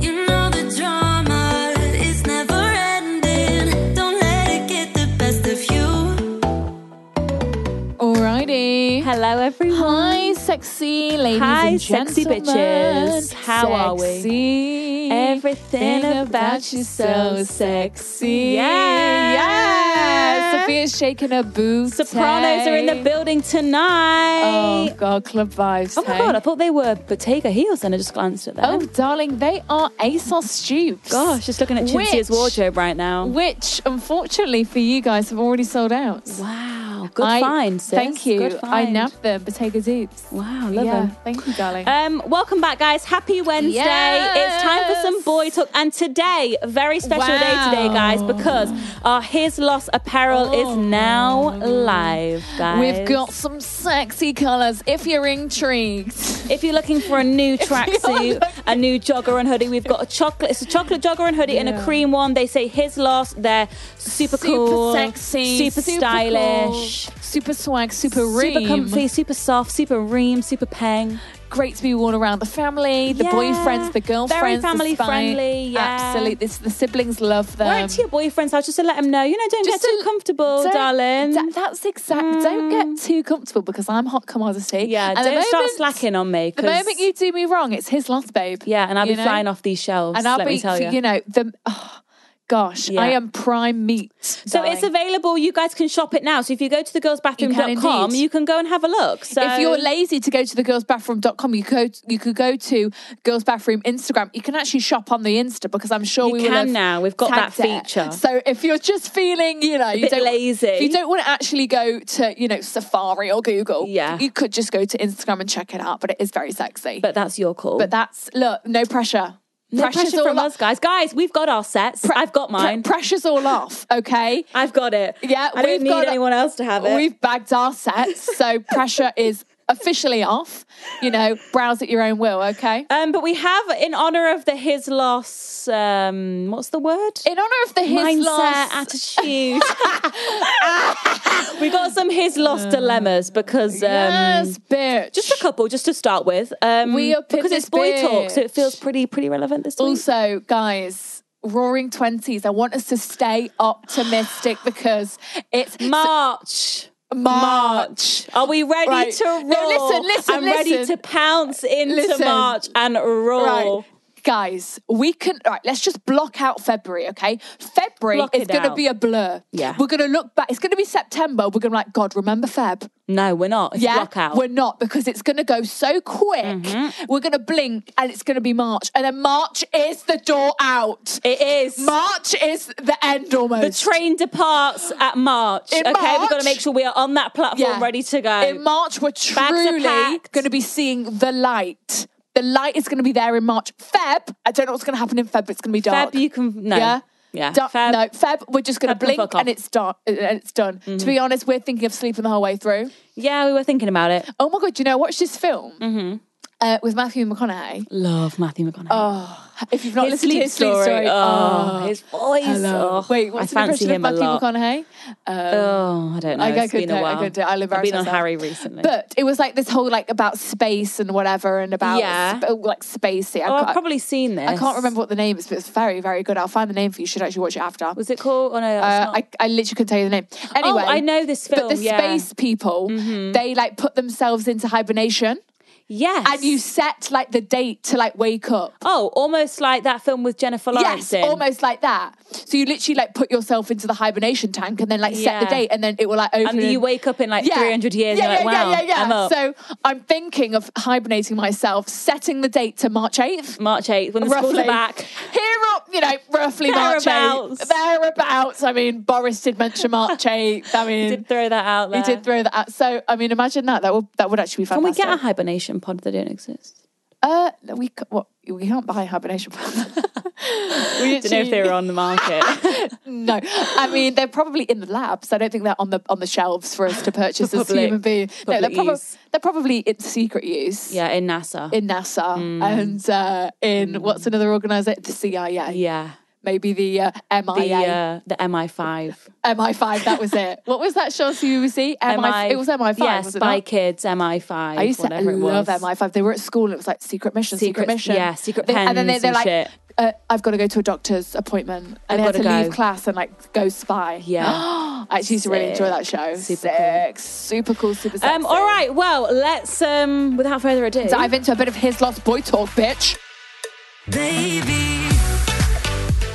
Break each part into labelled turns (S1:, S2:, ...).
S1: You know the drama is never ending. Don't let it get the best of you.
S2: Alrighty.
S3: Hello, everyone.
S2: Hi, sexy ladies
S3: Hi,
S2: and
S3: sexy
S2: gentlemen.
S3: bitches. How are we?
S2: Sexy.
S3: Everything
S2: Thing
S3: about you so
S2: sexy.
S3: Yes.
S2: Yes. Sophia's shaking her boots.
S3: Sopranos are in the building tonight.
S2: Oh, God, club vibes.
S3: Oh my
S2: hey?
S3: god, I thought they were Bottega heels and I just glanced at them.
S2: Oh, darling, they are ASOS stoops.
S3: gosh, just looking at Chipsy's
S2: Which-
S3: wardrobe right now.
S2: Which, unfortunately for you guys, have already sold out.
S3: wow, good
S2: I-
S3: find, sis.
S2: Thank you.
S3: Good
S2: I
S3: find.
S2: nabbed them, Bottega Deeps.
S3: Wow, love
S2: yeah,
S3: them.
S2: Thank you, darling.
S3: Um, welcome back, guys. Happy Wednesday. It's time for some
S2: Yes.
S3: boy talk. And today, a very special day today, guys,
S2: Wow. Oh
S3: because our His Loss apparel is now live, guys.
S2: We've got some sexy colours if you're intrigued.
S3: If you're looking for a new tracksuit,
S2: looking-
S3: a new jogger and hoodie, we've got a chocolate. It's a chocolate jogger and hoodie and a
S2: Yeah.
S3: cream one. They say his lost. They're super,
S2: super
S3: cool,
S2: sexy,
S3: super,
S2: super
S3: stylish,
S2: cool, super swag, super ream.
S3: super comfy, super soft, super ream, super peng.
S2: Great to be worn around the family, the
S3: Yeah.
S2: boyfriends,
S3: Very
S2: the girlfriends. the
S3: family
S2: spy-
S3: friendly, yeah.
S2: Absolutely, this, the siblings love them.
S3: Wear it to your boyfriend's house just to let him know. You know, don't get too
S2: Um, to-
S3: comfortable,
S2: don't-
S3: darling. Mm.
S2: da- that's exact. Don't get too comfortable because I'm hot commodity.
S3: Yeah,
S2: And the
S3: don't start
S2: moment-
S3: slacking on me.
S2: The
S3: 'cause-
S2: moment you do me wrong, it's his loss, babe.
S3: yeah, and I'll be
S2: You know?
S3: flying off these shelves.
S2: And I'll
S3: let
S2: be,
S3: me tell you.
S2: you know, the oh, gosh,
S3: Yeah.
S2: I am prime meat.
S3: so it's available. You guys can shop it now. So if you go to thegirlsbathroom.com,
S2: indeed.
S3: you can go and have a look. So
S2: if you're lazy to go to the girlsbathroom.com, you could you could go to girls bathroom Instagram. You can actually shop on the Insta because I'm sure
S3: You
S2: we will
S3: can
S2: have
S3: now. We've got that
S2: tagged it.
S3: feature.
S2: So if you're just feeling, you know, you
S3: bit
S2: don't
S3: lazy.
S2: if you don't want to actually go to you know Safari or Google,
S3: Yeah.
S2: you could just go to Instagram and check it out. But it is very sexy.
S3: but that's your call.
S2: But that's look, no pressure.
S3: no pressure,
S2: Pressure's all
S3: from
S2: off.
S3: us, guys. Guys, we've got our sets. I've got
S2: Pre-
S3: mine.
S2: pressure's all off. Okay.
S3: I've got it.
S2: Yeah,
S3: I don't
S2: we've
S3: need
S2: got-
S3: anyone else to have it.
S2: We've bagged our sets, so pressure is officially off. You know, browse at your own will, okay?
S3: um, but we have, in honor of the his loss, um, what's the word?
S2: In honor of the his
S3: mindset,
S2: loss,
S3: attitude. we got some his lost dilemmas because um,
S2: yes, bitch.
S3: just a couple, just to start with. Um,
S2: We up in
S3: because it's
S2: this
S3: boy talk, so it
S2: bitch.
S3: feels pretty pretty relevant this week.
S2: also, guys. Roaring twenties. I want us to stay optimistic because it's
S3: March.
S2: March.
S3: Are we ready
S2: Right.
S3: to roll?
S2: No, listen, listen,
S3: I'm ready
S2: listen.
S3: to pounce into
S2: Listen.
S3: March and roll.
S2: Right. Guys, we can right, let's just block out February, okay? February
S3: Block
S2: is
S3: it
S2: gonna
S3: out.
S2: be a blur.
S3: Yeah.
S2: We're gonna look back. It's gonna be September. We're gonna be like, God, remember Feb.
S3: No, we're not. It's
S2: yeah,
S3: block out.
S2: we're not because it's going to go so quick. We're going to blink and it's going to be March, and then March is the door out.
S3: It is.
S2: March is the end
S3: the
S2: almost.
S3: train departs at March.
S2: In
S3: okay, we've got
S2: March?
S3: to make sure we are on that platform
S2: Yeah.
S3: ready to go.
S2: In March, we're
S3: are
S2: truly
S3: packed.
S2: going to be seeing the light. The light is going to be there in March. Feb, I don't know what's going to happen in Feb. But it's going to be dark.
S3: Feb, you can no.
S2: Yeah.
S3: Yeah.
S2: Da-
S3: Feb.
S2: No, Feb, we're just going
S3: Feb Mm-hmm. can
S2: to blink
S3: fuck off.
S2: and it's done. And it's done. To be honest, we're thinking of sleeping the whole way through.
S3: Yeah, we were thinking about it. Mm-hmm.
S2: Oh my god, you know, I watched this film. uh, with Matthew McConaughey.
S3: Love Matthew McConaughey.
S2: Oh, if you've not
S3: his
S2: listened to
S3: sleep
S2: his sleep
S3: story.
S2: story,
S3: Oh,
S2: oh,
S3: his voice.
S2: hello.
S3: Oh,
S2: Wait, what's
S3: I
S2: the
S3: fancy
S2: impression of
S3: him a
S2: Matthew
S3: lot.
S2: McConaughey?
S3: Oh, I don't know.
S2: I- I
S3: It's
S2: couldn't
S3: been
S2: do
S3: a
S2: it, I
S3: while.
S2: couldn't do it. I'll
S3: I've
S2: embarrass
S3: been on
S2: myself.
S3: Harry recently.
S2: But it was like this whole like about space and whatever, and about
S3: Yeah.
S2: sp- like spacey. I
S3: oh, I've
S2: can't-
S3: probably seen this.
S2: I can't remember what the name is, but it's very, very good. I'll find the name for you. You should actually watch it after.
S3: Was it called? Oh, no,
S2: uh,
S3: that's not- Oh,
S2: I, I literally couldn't tell you the name. Anyway,
S3: I know this
S2: But
S3: film,
S2: the
S3: yeah. Mm-hmm.
S2: space people, they like put themselves into hibernation,
S3: yes.
S2: and you set like the date to like wake up.
S3: Oh, almost like that film with Jennifer Lawrence
S2: Yes,
S3: in.
S2: almost like that. So you literally like put yourself into the hibernation tank and then like set the
S3: Yeah.
S2: date and then it will like open.
S3: And then you wake up in like 300 years
S2: Yeah,
S3: and you're
S2: yeah,
S3: like, wow,
S2: yeah, yeah, yeah.
S3: I'm up.
S2: So I'm thinking of hibernating myself, setting the date to March 8th.
S3: March 8th, when the schools are back.
S2: Here up, you know, roughly March 8th.
S3: Thereabouts.
S2: Thereabouts. I mean, Boris did mention March 8th. I mean,
S3: Did throw that out
S2: he
S3: there.
S2: did throw that out. So, I mean, imagine that. That would, that would actually be
S3: Can we
S2: fantastic.
S3: get a hibernation pod that don't exist?
S2: Uh, no, we, ca- what, we can't buy hibernation. we
S3: Don't know if they were on the market.
S2: No, I mean they're probably in the labs. I don't think they're on the on the shelves for us to purchase
S3: For
S2: as
S3: public-
S2: human beings. No, they're,
S3: public
S2: probably
S3: use.
S2: they're probably in secret use.
S3: yeah, in NASA.
S2: In NASA
S3: Mm.
S2: and uh, in what's another organisation? The CIA.
S3: yeah.
S2: Maybe the uh,
S3: The,
S2: MIA.
S3: uh, the MI5.
S2: MI5, that was it. what was that show you were see? MI, it was MI5.
S3: Yeah,
S2: was it
S3: Spy
S2: not?
S3: Kids, MI5.
S2: I used to
S3: whatever it was.
S2: love MI5. They were at school and it was like secret mission, secret,
S3: Secret-
S2: mission.
S3: yeah, secret
S2: They- And then they,
S3: pens
S2: they're
S3: and
S2: like,
S3: shit.
S2: Uh, I've got to go to a doctor's appointment.
S3: I've
S2: And they had to
S3: gotta
S2: leave
S3: go.
S2: class and like go spy.
S3: Yeah.
S2: I actually used to really enjoy that show.
S3: Super cool.
S2: Sick. Super cool, super sexy.
S3: Um, all right, well, let's, um, without further ado,
S2: Dive into a bit of his lost boy talk, bitch.
S4: Baby,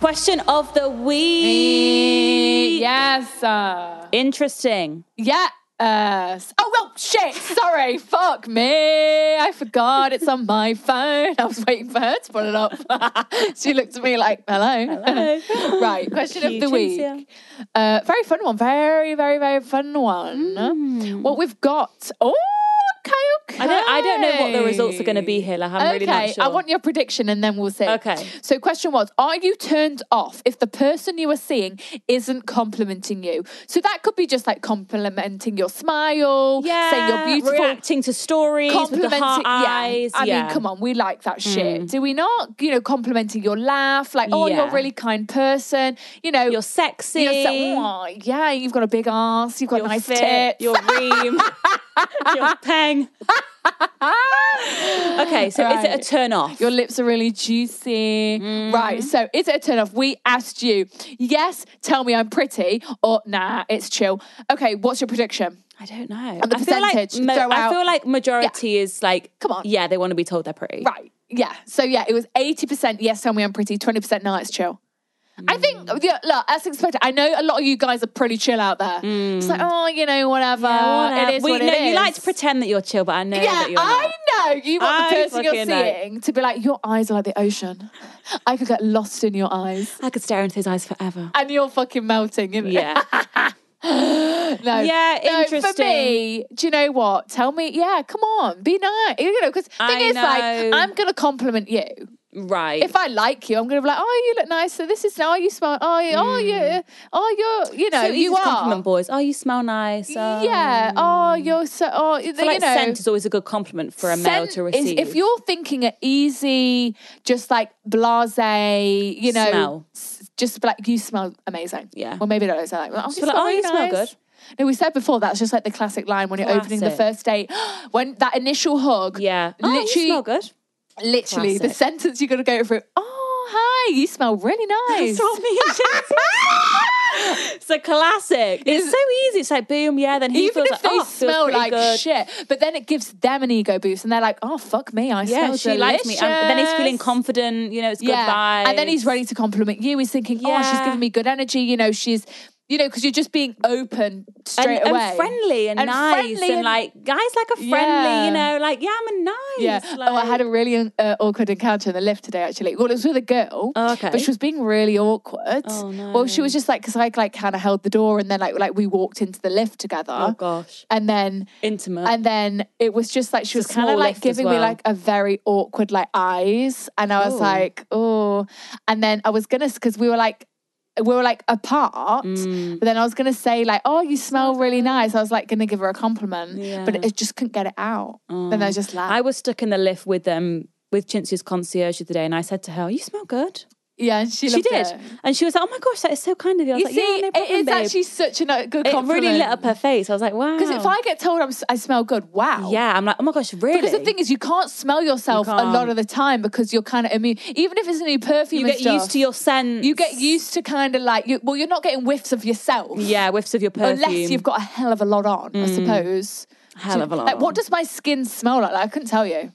S3: Question of the week.
S2: Yes. Uh,
S3: Interesting.
S2: yeah. Uh, oh well, shit. Sorry. Fuck me. I forgot. It's on my phone. I was waiting for her to put it up. she looked at me like, "Hello."
S3: Hello.
S2: right. Question of the
S3: Cute,
S2: week.
S3: yeah.
S2: Uh, very fun one. Very, very, very fun one. What we've got? Oh, okay, okay.
S3: Hmm. I don't- I don't know what the results are gonna be here, like, I'm really not
S2: Okay, I
S3: sure.
S2: want your prediction, and then we'll see.
S3: Okay.
S2: So, question was: Are you turned off if the person you are seeing isn't complimenting you? So that could be just like complimenting your smile, saying you're beautiful,
S3: Reacting to stories with the heart eyes.
S2: yeah. I
S3: yeah. Hmm.
S2: mean, come on, we like that shit, do we not? You know, complimenting your laugh, like, oh, you're a
S3: Yeah.
S2: really kind person. You know,
S3: You're sexy.
S2: You're so- Aw, yeah, you've got a big ass, you've got
S3: your
S2: nice
S3: fit,
S2: tits.
S3: your ream, your pang. Okay, so is it
S2: Right.
S3: a turn off?
S2: Your lips are really juicy.
S3: Mm.
S2: Right, so is it a turn off? We asked you, yes, tell me I'm pretty, or nah, it's chill. Okay, what's your prediction?
S3: I don't know.
S2: And the
S3: I feel like
S2: percentage, throw
S3: I
S2: out-
S3: feel like majority is like
S2: Come on.
S3: Yeah, they want to be told they're pretty.
S2: Right, yeah. So, yeah, it was 80% yes, tell me I'm pretty, 20% nah, it's chill. I think,
S3: Mm.
S2: yeah, look, as expected, I know a lot of you guys are pretty chill out there. It's like, oh, you know, whatever.
S3: Mm. Yeah, whatever.
S2: It is
S3: We-
S2: what
S3: no,
S2: it
S3: you like
S2: is.
S3: to pretend that you're chill, but I know
S2: Yeah,
S3: that you're
S2: I
S3: not.
S2: know. You want the
S3: I
S2: person you're
S3: fucking know.
S2: seeing to be like, your eyes are like the ocean. I could get lost in your eyes.
S3: I could stare into his eyes forever.
S2: And you're fucking melting, isn't
S3: Yeah.
S2: it? No.
S3: Yeah,
S2: no, For
S3: interesting.
S2: me, do you know what? Tell me, yeah, come on, be nice. You know, because thing
S3: I
S2: is, like,
S3: know.
S2: I'm going to compliment you.
S3: right.
S2: If I like you, I'm going to be like, oh, you look nice. So this is, oh, you smile. Oh, you, oh, you, oh, you're, you know,
S3: Mm. so easy
S2: you
S3: to
S2: are.
S3: compliment boys. Oh, you smell nice. Oh.
S2: Yeah. Oh, you're so, oh,
S3: I feel
S2: you
S3: like
S2: know.
S3: scent is always a good compliment for a male
S2: Scent
S3: to
S2: is-
S3: receive.
S2: if you're thinking an easy, just like blase, you know,
S3: Smell.
S2: s- just like you smell amazing.
S3: Yeah.
S2: Or maybe not. It's like, oh, you
S3: feel like,
S2: smell
S3: oh, you
S2: really
S3: smell
S2: nice.
S3: good.
S2: No, we said before that's just like the classic line when you're opening the
S3: Classic.
S2: first date. when that initial hug,
S3: yeah, oh,
S2: literally,
S3: you smell good.
S2: literally the
S3: Classic.
S2: sentence you're gonna go through. Oh, hi, you smell really nice.
S3: That's what me and Jesse- It's a classic. It's so easy. It's like boom, yeah. Then he feels
S2: Even if
S3: like,
S2: they
S3: oh, feels
S2: smell
S3: pretty
S2: like
S3: good.
S2: shit, but then it gives them an ego boost, and they're like, "Oh fuck me, I
S3: Yeah,
S2: smell
S3: she likes me. And then he's feeling
S2: delicious."
S3: confident. You know, it's good vibes.
S2: And then he's ready to compliment you. He's thinking, oh, she's
S3: Yeah.
S2: giving me good energy. You know, she's you know, because you're just being open
S3: and,
S2: straight
S3: and
S2: away.
S3: friendly and,
S2: And
S3: nice
S2: friendly
S3: and,
S2: and-
S3: like guys like a friendly,
S2: Yeah.
S3: you know, like yeah, I'm a nice.
S2: Yeah.
S3: Like,
S2: oh, I had a really uh, awkward encounter in the lift today, actually. Well, it was with a girl.
S3: Oh, okay.
S2: But she was being really awkward.
S3: Oh, no.
S2: Well, she was just like, because I like kind of held the door and then like, like we walked into the lift together.
S3: oh gosh,
S2: And then
S3: intimate.
S2: And then it was just like she
S3: Uh,
S2: was
S3: it's kinda
S2: kind of like
S3: lift as
S2: giving me
S3: well.
S2: like a very awkward like eyes, and I was
S3: Ooh.
S2: like, oh. And then I was gonna because we were like. We were like apart,
S3: Mm.
S2: but then I was gonna say like, "Oh, you smell really nice." I was like gonna give her a compliment,
S3: Yeah. Oh.
S2: but I just couldn't get it out. Then I was just like,
S3: I was stuck in the lift with um with Chintzy's concierge the other day, and I said to her, "You smell good."
S2: "Yeah," and she
S3: She,
S2: loved
S3: did,
S2: it.
S3: and she was like, "Oh my gosh, that is so kind of you." I was
S2: You
S3: like,
S2: see,
S3: "Yeah, no
S2: it
S3: problem,
S2: is
S3: babe."
S2: actually such a no- good
S3: It
S2: compliment.
S3: really lit up her face. I was like, "Wow."
S2: because if I get told I'm, si smell good, wow,
S3: yeah, I'm like, "Oh my gosh, really?"
S2: Because the thing is, you can't smell yourself a lot
S3: can't.
S2: of the time because you're kind of immune. Even if it's a new perfume,
S3: you
S2: and
S3: get
S2: stuff,
S3: used to your scent.
S2: You get used to kind of like you. Well, you're not getting whiffs of yourself.
S3: yeah whiffs of your perfume.
S2: Unless you've got a hell of a lot on, I suppose.
S3: Hell of a lot
S2: Like,
S3: on.
S2: what does my skin smell like? I couldn't tell you.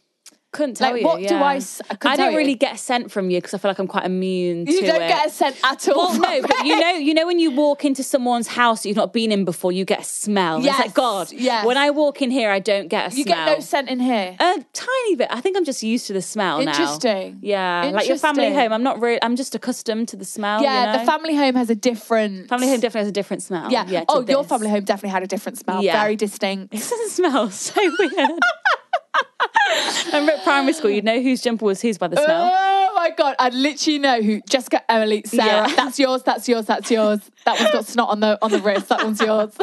S3: couldn't tell
S2: like,
S3: you.
S2: what do
S3: yeah.
S2: I s- I couldn't
S3: I
S2: tell
S3: don't
S2: you.
S3: really get a scent from you because I feel like I'm quite immune.
S2: You
S3: to
S2: don't
S3: it.
S2: get a scent at all.
S3: Well, no,
S2: from
S3: but you
S2: it.
S3: know, you know when you walk into someone's house that you've not been in before, you get a smell. It's
S2: Yes,
S3: like God.
S2: yes.
S3: When I walk in here, I don't get a
S2: you
S3: smell.
S2: get no scent in here.
S3: A tiny bit. I think I'm just used to the smell now.
S2: Interesting.
S3: Yeah, like your family
S2: Interesting.
S3: home. I'm not really. I'm just accustomed to the smell.
S2: yeah,
S3: Oh, you know?
S2: the family home has a different
S3: family home definitely has a different smell.
S2: Yeah.
S3: yeah to
S2: oh, your
S3: this.
S2: family home definitely had a different smell.
S3: Yeah.
S2: Very distinct.
S3: This doesn't smell so weird. Remember at primary school, you'd know whose jumper was whose by the smell.
S2: Oh my god! I literally know who Jessica, Emily, Sarah.
S3: Yeah.
S2: That's yours. That's yours. That's yours. That one's got snot on the on the wrist. That one's yours.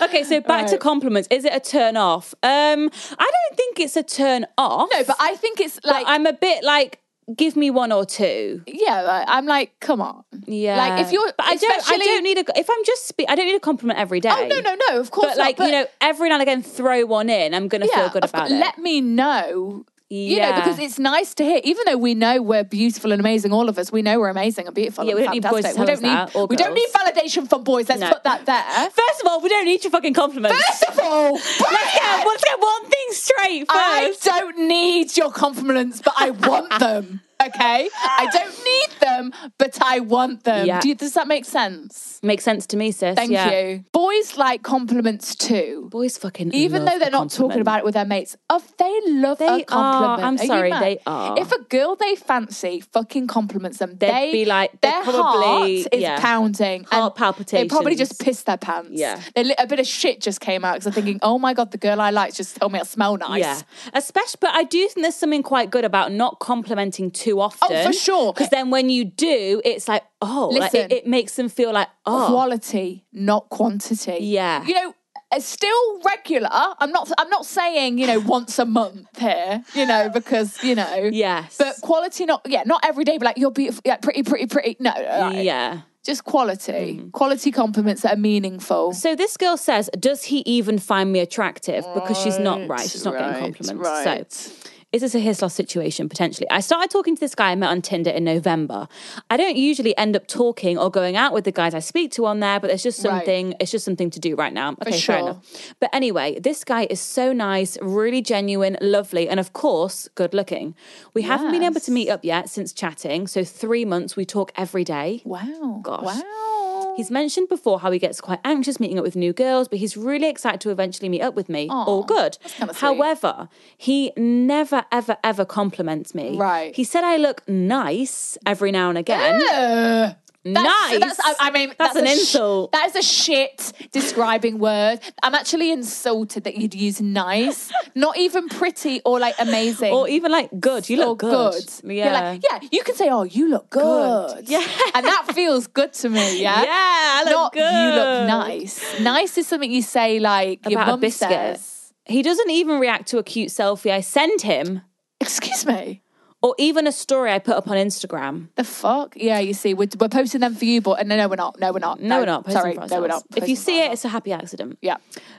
S3: Okay, so back to
S2: Right.
S3: compliments. Is it a turn off? Um, I don't think it's a turn off.
S2: No, but I think it's like
S3: But I'm a bit like, give me one or two.
S2: yeah, like, I'm like, come on.
S3: Yeah.
S2: Like if you're,
S3: but I don't, I
S2: especially-
S3: don't need a. If I'm just, spe- I don't need a compliment every day.
S2: Oh no, no, no. Of course,
S3: But
S2: not,
S3: like you know, every now and again, throw one in. I'm gonna feel good
S2: of
S3: about
S2: course,
S3: it.
S2: Let me know. You know,
S3: Yeah.
S2: because it's nice to hear, even though we know we're beautiful and amazing, all of us, we know we're amazing and beautiful.
S3: Yeah,
S2: and
S3: we don't need boys to
S2: fantastic.
S3: tell us that,
S2: we
S3: or
S2: don't need, we don't need validation from boys. Let's
S3: No.
S2: put that there.
S3: First of all, we don't need your fucking compliments.
S2: First of all,
S3: let's get, let's get one thing straight first.
S2: I don't need your compliments, but I want them. Okay, I don't need them, but I want them.
S3: Yeah.
S2: Do you, does that make sense?
S3: Makes sense to me, sis.
S2: Thank
S3: yeah.
S2: you. Boys like compliments too.
S3: Boys fucking
S2: even
S3: love
S2: though they're
S3: a
S2: not talking
S3: compliment.
S2: about it with their mates, of they love
S3: They
S2: a
S3: are.
S2: compliment.
S3: I'm
S2: Are you
S3: sorry,
S2: mad?
S3: they are.
S2: If a girl they fancy fucking compliments them,
S3: They'd
S2: they
S3: be like- they'd
S2: their
S3: probably-
S2: heart is
S3: yeah.
S2: pounding,
S3: Heart
S2: and They probably just
S3: palpitations.
S2: piss their pants.
S3: Yeah.
S2: They li- a bit of shit just came out because they're thinking, oh my god, the girl I like just told me I smell nice.
S3: Yeah, especially, but I do think there's something quite good about not complimenting too often.
S2: Oh, sure.
S3: Because then when you do, it's like, oh, like, it,
S2: Listen.
S3: it makes them feel like, oh,
S2: quality, not quantity.
S3: Yeah.
S2: You know, uh, still regular. I'm not. I'm not saying you know once a month here. You know because you know.
S3: Yes.
S2: But quality, not yeah, not every day. But like you're beautiful, yeah, pretty, pretty, pretty. No, like,
S3: yeah. Mm-hmm.
S2: just quality, quality compliments that are meaningful.
S3: So this girl says, does he even find me attractive? Because she's not right. She's not getting
S2: right,
S3: compliments.
S2: right.
S3: So. Is this a his loss situation potentially? I started talking to this guy I met on Tinder in November. I don't usually end up talking or going out with the guys I speak to on there, but it's just
S2: Right.
S3: something. It's just something to do right now. Okay, fair
S2: sure.
S3: enough. But anyway, this guy is so nice, really genuine, lovely, and of course, good looking. We haven't been able to meet up yet since chatting. So three months. We talk every day.
S2: wow,
S3: Gosh.
S2: wow.
S3: He's mentioned before how he gets quite anxious meeting up with new girls, but he's really excited to eventually meet up with me. All good.
S2: kinda sweet.
S3: However, he never, ever, ever compliments me.
S2: Right.
S3: He said I look nice every now and again.
S2: Uh,
S3: nice.
S2: That's, I, I mean,
S3: that's, an
S2: a sh-
S3: insult.
S2: that is a shit describing word. I'm actually insulted that you'd use nice, not even pretty or like amazing
S3: or even like good. You
S2: or
S3: look good.
S2: You're like, yeah, you can say, "Oh, you look good."
S3: Yeah.
S2: and that feels good to me. Yeah,
S3: Yeah, I look
S2: Not you
S3: good."
S2: look nice. Nice is something you say like your
S3: About a
S2: mum
S3: biscuit.
S2: says.
S3: He doesn't even react to a cute selfie I send him
S2: Excuse me.
S3: or even a story I put up on Instagram.
S2: The fuck? Yeah, you see, we're, we're posting them for you, but uh, no, no, we're not. No, we're not.
S3: No, we're not. posting
S2: Sorry,
S3: for
S2: no, we're not.
S3: ourselves. If you
S2: posting for
S3: see it,
S2: ourselves.
S3: it's a happy accident.
S2: yeah.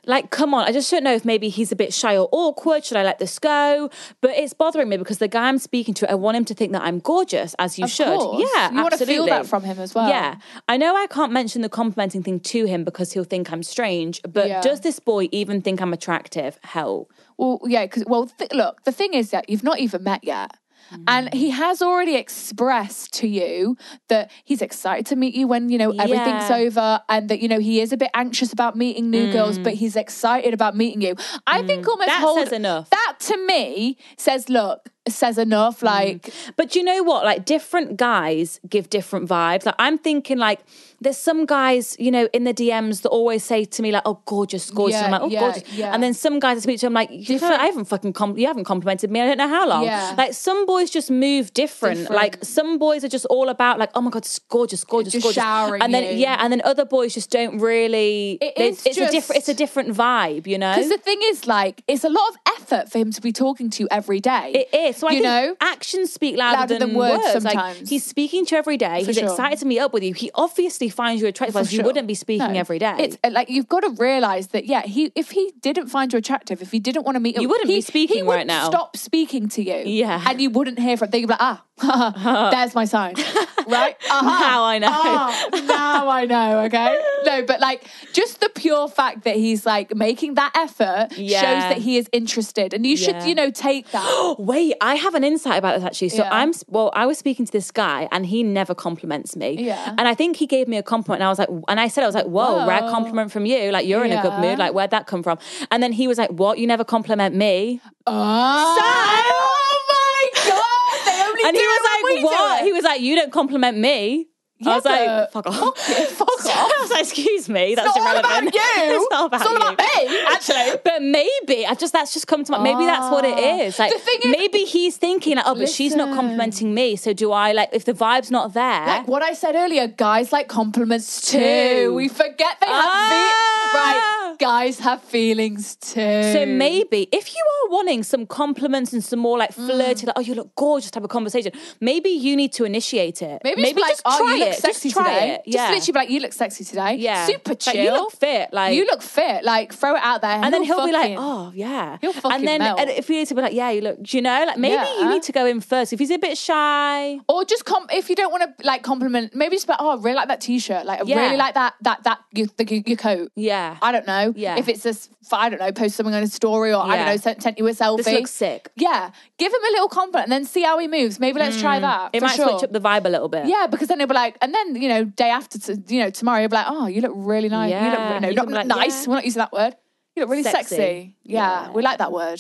S3: Like, come on, I just don't know if maybe he's a bit shy or awkward. Should I let this go? But it's bothering me because the guy I'm speaking to, I want him to think that I'm gorgeous, as you
S2: Of
S3: should.
S2: course.
S3: Yeah,
S2: You wanna feel
S3: absolutely.
S2: that from him as well.
S3: Yeah. I know I can't mention the complimenting thing to him because he'll think I'm strange, but
S2: Yeah.
S3: does this boy even think I'm attractive? Hell.
S2: Well, yeah, because well, th- look, the thing is that you've not even met yet.
S3: Mm.
S2: And he has already expressed to you that he's excited to meet you when, you know, everything's
S3: Yeah.
S2: over and that, you know, he is a bit anxious about meeting new girls, but he's excited about meeting you. I think almost
S3: Mm. That
S2: hold-
S3: says enough.
S2: That to me says, look, says enough.
S3: Mm.
S2: Like,
S3: But do you know what? Like different guys give different vibes. Like I'm thinking like there's some guys, you know, in the DMs that always say to me like, "Oh, gorgeous, gorgeous."
S2: Yeah,
S3: I'm like, "Oh,
S2: yeah,
S3: gorgeous."
S2: yeah.
S3: And then some guys I speak to, I'm like, you haven't, "I haven't fucking com- you haven't complimented me. I don't know how long."
S2: Yeah.
S3: Like some boys just move different.
S2: Different.
S3: Like some boys are just all about like, "Oh my god, it's gorgeous, gorgeous,
S2: Just
S3: gorgeous."
S2: showering
S3: and then
S2: you.
S3: yeah, and then other boys just don't really.
S2: It
S3: they-
S2: is
S3: it's a different. It's
S2: just-
S3: a different vibe, you know.
S2: Because the thing is, like, it's a lot of effort for him to be talking to you every day.
S3: It is. So I
S2: you
S3: think
S2: know,
S3: actions speak louder,
S2: Louder
S3: than,
S2: than words
S3: Like,
S2: sometimes.
S3: he's speaking to you every day.
S2: For
S3: he's
S2: sure.
S3: excited to meet up with you. He obviously finds you attractive. Otherwise,
S2: For
S3: he
S2: sure.
S3: wouldn't be speaking
S2: No.
S3: every day.
S2: It's uh, like you've got to realize that. Yeah, he if he didn't find you attractive, if he didn't want to meet you,
S3: You wouldn't
S2: he,
S3: be speaking
S2: he
S3: right
S2: wouldn't
S3: now.
S2: Stop speaking to you.
S3: Yeah. Uh-huh.
S2: and you wouldn't hear from. They'd be like, ah, there's my sign. right uh-huh.
S3: Now I know.
S2: Ah, now I know. Okay, no, but like just the pure fact that he's like making that effort
S3: Yeah.
S2: shows that he is interested, and you
S3: Yeah.
S2: should you know take that.
S3: Oh, Wait, I have an insight about this actually. So
S2: Yeah.
S3: I'm well, I was speaking to this guy and he never compliments me.
S2: Yeah.
S3: And I think he gave me a compliment and I was like and I said I was like, Whoa, rare compliment from you. Like you're in a good
S2: Yeah.
S3: mood. Like where'd that come from? And then he was like, What? You never compliment me?
S2: Oh, my god! They only
S3: and
S2: do
S3: he was
S2: it
S3: like,
S2: when we do
S3: What?
S2: it.
S3: He was like, You don't compliment me. I
S2: Yeah,
S3: was like,
S2: but-
S3: fuck off.
S2: fuck off.
S3: I was like, excuse me, that's
S2: not all
S3: irrelevant.
S2: about you.
S3: it's not about
S2: It's all
S3: you.
S2: about me, actually.
S3: But maybe I just that's just come to mind. Maybe that's what it
S2: Ah.
S3: is. Like
S2: The thing is-
S3: maybe he's thinking, like, oh, but she's not
S2: Listen.
S3: complimenting me. So do I like if the vibe's not there?
S2: Like what I said earlier, guys like compliments too. We forget they have
S3: Ah.
S2: fe- right. Guys have feelings too.
S3: So maybe if you are wanting some compliments and some more like
S2: Mm.
S3: flirty, like, oh, you look gorgeous type of conversation, maybe you need to initiate it.
S2: Maybe, just be like, oh, you look sexy
S3: just try
S2: today.
S3: it. Yeah.
S2: Just literally be like, you look sexy today.
S3: Yeah.
S2: Super chill.
S3: Like, you look fit, like-
S2: you look fit. Like throw it out there,
S3: and then he'll be like,
S2: fucking-
S3: "Oh yeah,"
S2: he'll fucking
S3: and then
S2: melt.
S3: and if you need to be like, "Yeah, you look," do you know, like maybe you
S2: Yeah.
S3: need to go in first. If he's a bit shy,
S2: Or just com- if you don't want to like compliment, maybe just be like, oh, I really like that t-shirt. Like I
S3: Yeah.
S2: really like that that that your, the, your, your coat.
S3: yeah,
S2: I don't know.
S3: Yeah.
S2: If it's this, I don't know, post something on a story or I
S3: Yeah.
S2: don't know, sent, sent you a selfie.
S3: this looks sick.
S2: Yeah, give him a little compliment and then see how he moves. Maybe let's try that.
S3: Mm. It
S2: for
S3: might
S2: sure.
S3: switch up the vibe a little bit.
S2: Yeah, because then he'll be like, and then you know, day after, to, you know, tomorrow he'll be like, oh, you look really nice. You
S3: Yeah.
S2: look re-
S3: You
S2: no,
S3: can
S2: not
S3: be like,
S2: nice.
S3: yeah.
S2: We're not using that word. You look really
S3: Sexy.
S2: sexy. Yeah,
S3: Yeah.
S2: we like that word.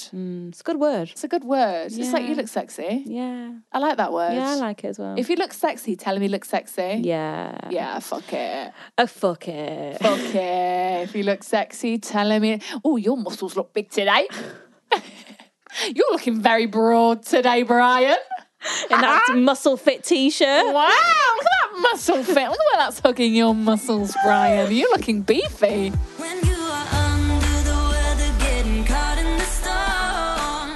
S3: it's a good word.
S2: It's a good word. It's like
S3: Yeah.
S2: you look sexy.
S3: Yeah,
S2: I like that word.
S3: yeah, I like it as well.
S2: If you look sexy, tell him you look sexy.
S3: yeah,
S2: Yeah, fuck it.
S3: oh fuck it.
S2: Fuck it. If you look sexy, tell him you. Oh, your muscles look big today. You're looking very broad today, Brian.
S3: And that muscle fit T-shirt.
S2: Wow, look at that muscle fit. Look where that's hugging your muscles, Brian. You're looking beefy.
S5: When you are under the weather, getting caught in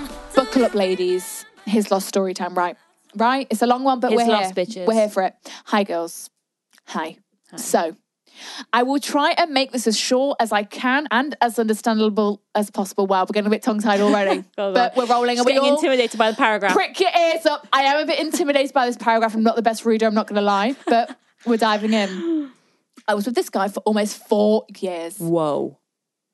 S5: the storm.
S2: Buckle up, ladies. Here's lost story time, right? Right? It's a long one, but
S3: It's
S2: we're
S3: lost,
S2: here.
S3: bitches.
S2: We're here for it. Hi, girls. Hi. So, I will try and make this as short as I can and as understandable as possible. Wow, we're getting a bit tongue tied already.
S3: Hold on.
S2: but we're rolling.
S3: Just
S2: Are we
S3: getting
S2: all-
S3: intimidated by the paragraph.
S2: Prick your ears up. I am a bit intimidated by this paragraph. I'm not the best reader, I'm not going to lie, but we're diving in. I was with this guy for almost four years.
S3: Whoa,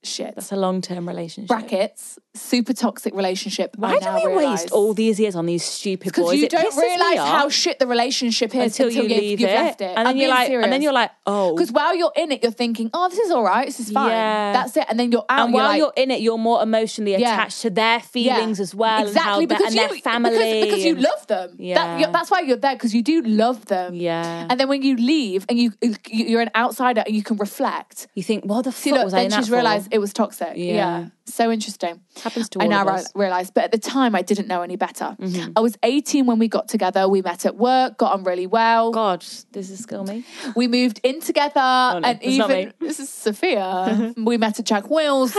S2: Shit.
S3: it's a long-term relationship.
S2: Brackets, super toxic relationship.
S3: Why
S2: I
S3: do
S2: now
S3: we
S2: realise.
S3: waste all these years on these stupid
S2: Because
S3: boys?
S2: you
S3: It
S2: don't
S3: pisses me
S2: realise how
S3: off
S2: shit the relationship is
S3: until,
S2: until,
S3: you
S2: you've,
S3: leave
S2: you've
S3: it,
S2: left it.
S3: and then
S2: I'm
S3: you're
S2: being
S3: like,
S2: serious.
S3: and then you're like, oh,
S2: because while you're in it, you're thinking, oh, this is all right, this is fine.
S3: Yeah.
S2: That's it. And then you're out.
S3: and while
S2: like,
S3: you're in it, you're more emotionally
S2: Yeah.
S3: attached to their
S2: Yeah.
S3: feelings as well, and how
S2: Exactly
S3: they're-
S2: because
S3: and,
S2: you,
S3: their family,
S2: because, because you
S3: and-
S2: love them.
S3: Yeah.
S2: That, you that's why you're there because you do love them.
S3: Yeah.
S2: And then when you leave and you you- you're an outsider and you can reflect.
S3: You think, what the
S2: See,
S3: fuck
S2: look,
S3: was I in
S2: then
S3: that
S2: she's
S3: for?
S2: realised it was toxic.
S3: Yeah.
S2: Yeah. So interesting.
S3: Happens to
S2: I
S3: all
S2: now
S3: of us. Mm-hmm.
S2: realised, but at the time I didn't know any better. I was 18 when we got together. We met at work, got on really well.
S3: God, does this kill me?
S2: We moved in together,
S3: no,
S2: and
S3: it's not
S2: even this is Sophia. we met at Jack Wills.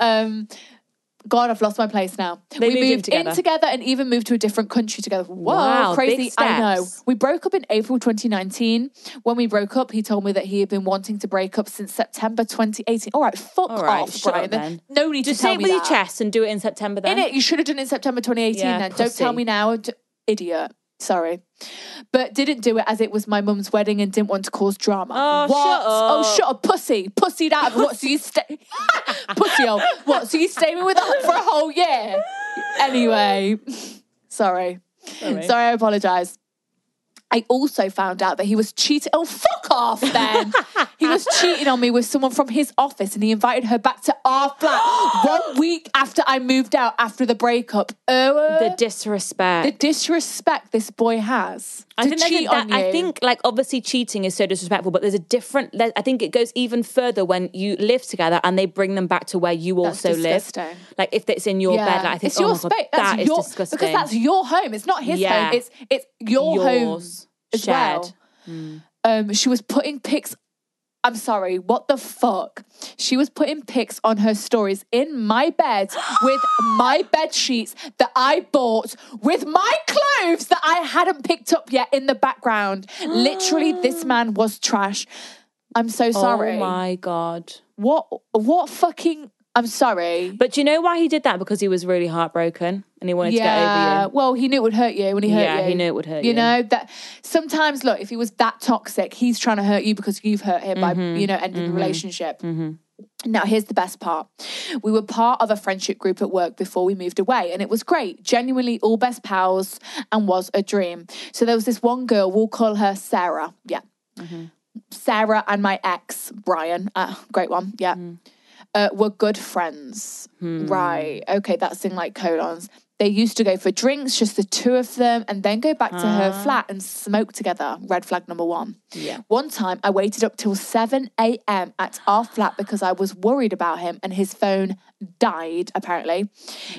S2: um, God, I've lost my place now.
S3: They
S2: we
S3: moved in
S2: moved
S3: together.
S2: in together and even moved to a different country together. Whoa,
S3: Wow,
S2: crazy!
S3: big
S2: I know.
S3: steps.
S2: We broke up in April 2019. When we broke up, he told me that he had been wanting to break up since September 2018. All right, fuck
S3: All right,
S2: off,
S3: shut
S2: Brian.
S3: up then.
S2: No need
S3: Just
S2: to
S3: say
S2: tell
S3: it
S2: me
S3: with your
S2: that.
S3: chest and do it in September then.
S2: In it, you should have done it in September 2018.
S3: Yeah,
S2: then don't tell
S3: pussy.
S2: me now, d- idiot. Sorry, but didn't do it as it was my mum's wedding and didn't want to cause drama.
S3: Oh,
S2: what?
S3: shut
S2: Oh,
S3: up.
S2: shut up, pussy, pussied out. What? So you stay, pussy? Oh, what? So you stay with me with that for a whole year? anyway, sorry. sorry. I apologize. I also found out that he was cheating. Oh, fuck off then. he was cheating on me with someone from his office and he invited her back to our flat one week after I moved out after the breakup. Oh,
S3: The
S2: the,
S3: disrespect.
S2: disrespect this boy has.
S3: I
S2: to
S3: think, there's a-
S2: cheat on
S3: that- I
S2: you.
S3: think like obviously cheating is so disrespectful, but there's a different. there- I think it goes even further when you live together and they bring them back to where you
S2: That's
S3: also
S2: disgusting.
S3: live. Like if it's in your
S2: Yeah.
S3: bed, like I think
S2: it's your
S3: oh my God,
S2: space. That's
S3: that is
S2: your,
S3: disgusting.
S2: Because that's your home. It's not his
S3: Yeah.
S2: home. It's it's your
S3: Yours.
S2: home as well.
S3: Mm.
S2: Um, she was putting pics. I'm sorry. What the fuck? She was putting pics on her stories in my bed with my bed sheets that I bought with my clothes that I hadn't picked up yet in the background. Literally, this man was trash. I'm so sorry.
S3: Oh my god!
S2: What? What fucking? I'm sorry.
S3: But do you know why he did that? Because he was really heartbroken and he wanted to get over you.
S2: Well, he knew it would hurt you when he hurt you.
S3: Yeah, he knew it would hurt you.
S2: You know that sometimes, look, if he was that toxic, he's trying to hurt you because you've hurt him
S3: Mm-hmm.
S2: by you know ending the relationship. Now, here's the best part. We were part of a friendship group at work before we moved away, and it was great. Genuinely, all best pals, and was a dream. So, there was this one girl, we'll call her Sarah. Yeah.
S3: Mm-hmm.
S2: Sarah and my ex, Brian, uh, great one. Yeah.
S3: Mm.
S2: Uh, were good friends. Right. Okay. That's in like colons. They used to go for drinks, just the two of them, and then go back to her flat and smoke together. Red flag number one. Yeah. One time I waited up till 7 a.m. at our flat because I was worried about him and his phone died, apparently.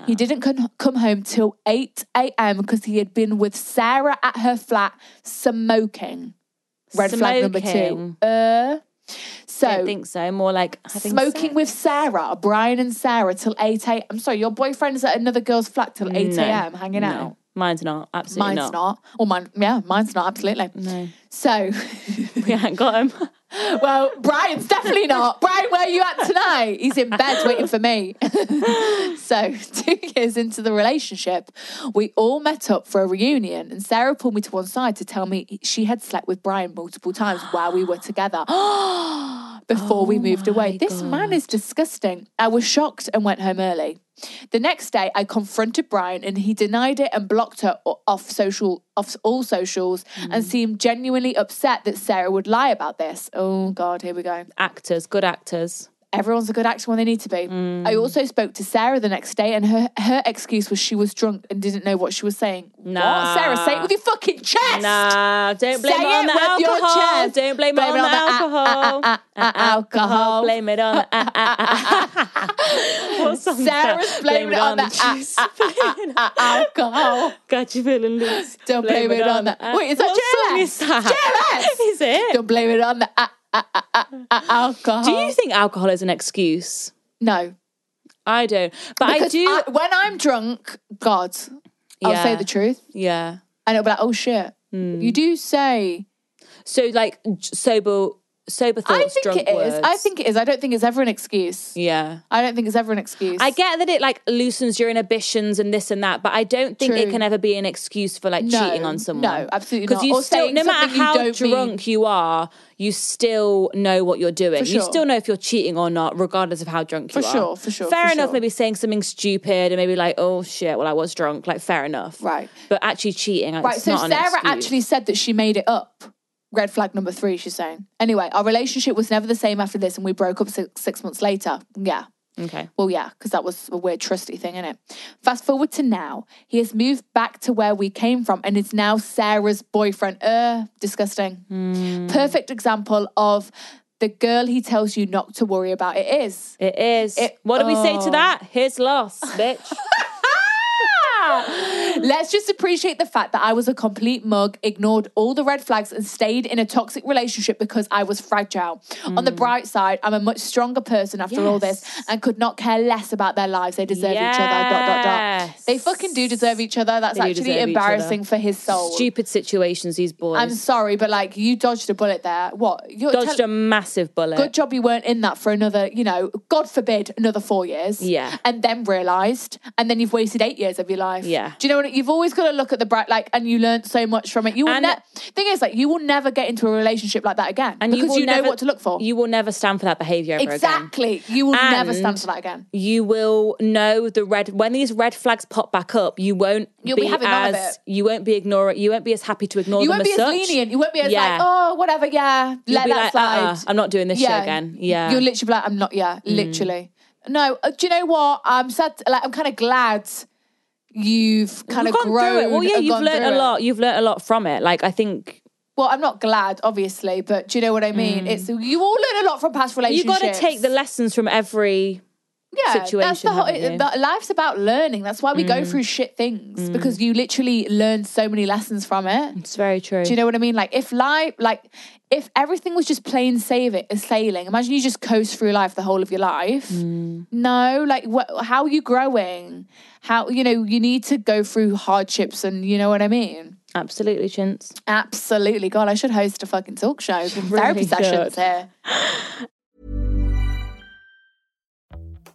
S2: He didn't con- come home till 8 a.m. because he had been with Sarah at her flat smoking. Red flag number
S3: Smoking.
S2: two. Uh, so
S3: I don't think so. More like having
S2: smoking
S3: sex.
S2: with Sarah, Brian and Sarah till 8 a.m. I'm sorry, your boyfriend's at another girl's flat till 8
S3: No,
S2: a.m. hanging
S3: no.
S2: out.
S3: Mine's not. Absolutely
S2: Mine's not. Or mine, yeah, mine's not, absolutely. No. So,
S3: We haven't got him.
S2: well, Brian's definitely not. Brian, where are you at tonight? He's in bed waiting for me. so, two years into the relationship, we all met up for a reunion, and Sarah pulled me to one side to tell me she had slept with Brian multiple times while we were together. Before we moved away. This man is disgusting. I was shocked and went home early. The next day, I confronted Brian and he denied it and blocked her o- off social, off all socials, and seemed genuinely upset that Sarah would lie about this. Oh God, here we go
S3: actors, good actors.
S2: everyone's a good actor when they need to be. I also spoke to Sarah the next day, and her, her excuse was she was drunk and didn't know what she was saying.
S3: Nah.
S2: What? Sarah, say it with your fucking chest.
S3: Nah, don't blame
S2: Say
S3: it on
S2: it
S3: the
S2: with your
S3: alcohol.
S2: chest.
S3: Don't blame,
S2: Blame
S3: it on, the alcohol.
S2: a- a- a- a- alcohol.
S3: Blame it on the a- a- a- What song is that?
S2: Sarah's blaming it on the
S3: juice.
S2: a- Ah, alcohol.
S3: Got you feeling loose.
S2: Don't blame, it on the.
S3: a-
S2: Wait, is that
S3: What song
S2: JLS?
S3: is that?
S2: JLS!
S3: Is it?
S2: Don't blame it on the ah, ah, ah, ah, ah, alcohol.
S3: Do you think alcohol is an excuse?
S2: No.
S3: I don't. But I
S2: Because
S3: do.
S2: when I'm drunk, God, I'll
S3: Yeah. Hmm.
S2: say the truth,
S3: yeah.
S2: and it'll be like, oh shit. You do say.
S3: So like j- sober, sober thoughts.
S2: I think
S3: drunk
S2: it is. I
S3: words.
S2: think it is. I don't think it's ever an excuse.
S3: Yeah.
S2: I don't think it's ever an excuse.
S3: I get that it like loosens your inhibitions and this and that, but I don't think it
S2: True.
S3: can ever be an excuse for like
S2: No,
S3: cheating on someone.
S2: no, absolutely
S3: Because
S2: not.
S3: you
S2: Or
S3: still,
S2: saying
S3: no matter
S2: something you
S3: how
S2: don't mean.
S3: drunk you are, you still know what you're doing.
S2: For
S3: You
S2: sure.
S3: still know if you're cheating or not, regardless of how drunk you
S2: For
S3: are.
S2: sure, for sure,
S3: Fair
S2: for
S3: enough.
S2: sure.
S3: Maybe saying something stupid and maybe like, oh shit, well I was drunk. Like fair enough.
S2: Right.
S3: But actually cheating. Like,
S2: right.
S3: it's
S2: So
S3: not an
S2: Sarah
S3: excuse.
S2: actually said that she made it up. Red flag number three. She's saying. Anyway, our relationship was never the same after this, and we broke up six, six months later. Yeah.
S3: Okay.
S2: Well, yeah, because that was a weird trusty thing, innit? Fast forward to now, he has moved back to where we came from and is now Sarah's boyfriend. Uh, disgusting. Perfect example of the girl he tells you not to worry about. It is.
S3: It is.
S2: It-
S3: what do we say to
S2: oh.
S3: that? His loss, bitch.
S2: Let's just appreciate the fact that I was a complete mug, ignored all the red flags, and stayed in a toxic relationship because I was fragile. On the bright side, I'm a much stronger person after all this
S3: Mm. Yes.
S2: and could not care less about their lives. They deserve each other. Dot, dot, dot. They
S3: Yes.
S2: fucking do deserve each other. That's
S3: They do
S2: actually
S3: deserve each
S2: embarrassing
S3: other.
S2: for his soul.
S3: Stupid situations these boys.
S2: I'm sorry, but like you dodged a bullet there. What? You're
S3: dodged
S2: tell-
S3: a massive bullet.
S2: Good job you weren't in that for another, you know, God forbid, another four years.
S3: Yeah.
S2: And then realised. And then you've wasted eight years of your life.
S3: Yeah.
S2: Do you know what? it. You've always got to look at the bright, like, and you learn so much from it. You will
S3: And-
S2: ne- thing is, like, you will never get into a relationship like that again
S3: And
S2: because
S3: will
S2: you, know
S3: never-
S2: what to look for.
S3: You will never stand for that behavior ever again.
S2: exactly. You will never
S3: And
S2: stand for that again.
S3: you will know the red when these red flags pop back up you won't
S2: You'll be having
S3: as
S2: none of it.
S3: you won't be ignoring you won't be as happy to ignore
S2: You
S3: them
S2: won't be as
S3: such.
S2: lenient. You won't be as
S3: Yeah.
S2: like, oh, whatever, yeah,
S3: You'll
S2: let
S3: be
S2: that
S3: like,
S2: slide.
S3: uh-uh, i'm not doing this shit again yeah Mm.
S2: You're literally like, I'm not, yeah, literally. No, uh, do you know what? I'm sad, like, I'm kind of glad you've kind
S3: You've gone
S2: of
S3: through
S2: grown.
S3: it. well yeah
S2: and
S3: you've
S2: gone
S3: learned
S2: through
S3: a
S2: it.
S3: lot you've learned a lot from it like i think
S2: Well, I'm not glad, obviously, but do you know what I mean? It's you all learn a lot from past
S3: Mm. you
S2: relationships.
S3: got to take the lessons from every
S2: yeah, That's
S3: situation,
S2: the whole.
S3: haven't you? Mm.
S2: that- life's about learning. That's why we go through shit things because you literally learn so many lessons from it.
S3: it's very true
S2: Do you know what I mean? Like if life, like if everything was just plain sailing, sailing. Imagine you just coast through life the whole of your life.
S3: Mm.
S2: No, like wh- how are you growing? How you know you need to go through hardships, and you know what I mean.
S3: absolutely chintz
S2: Absolutely, God, I should host a fucking talk show, therapy
S3: really
S2: sessions
S3: should.
S2: here.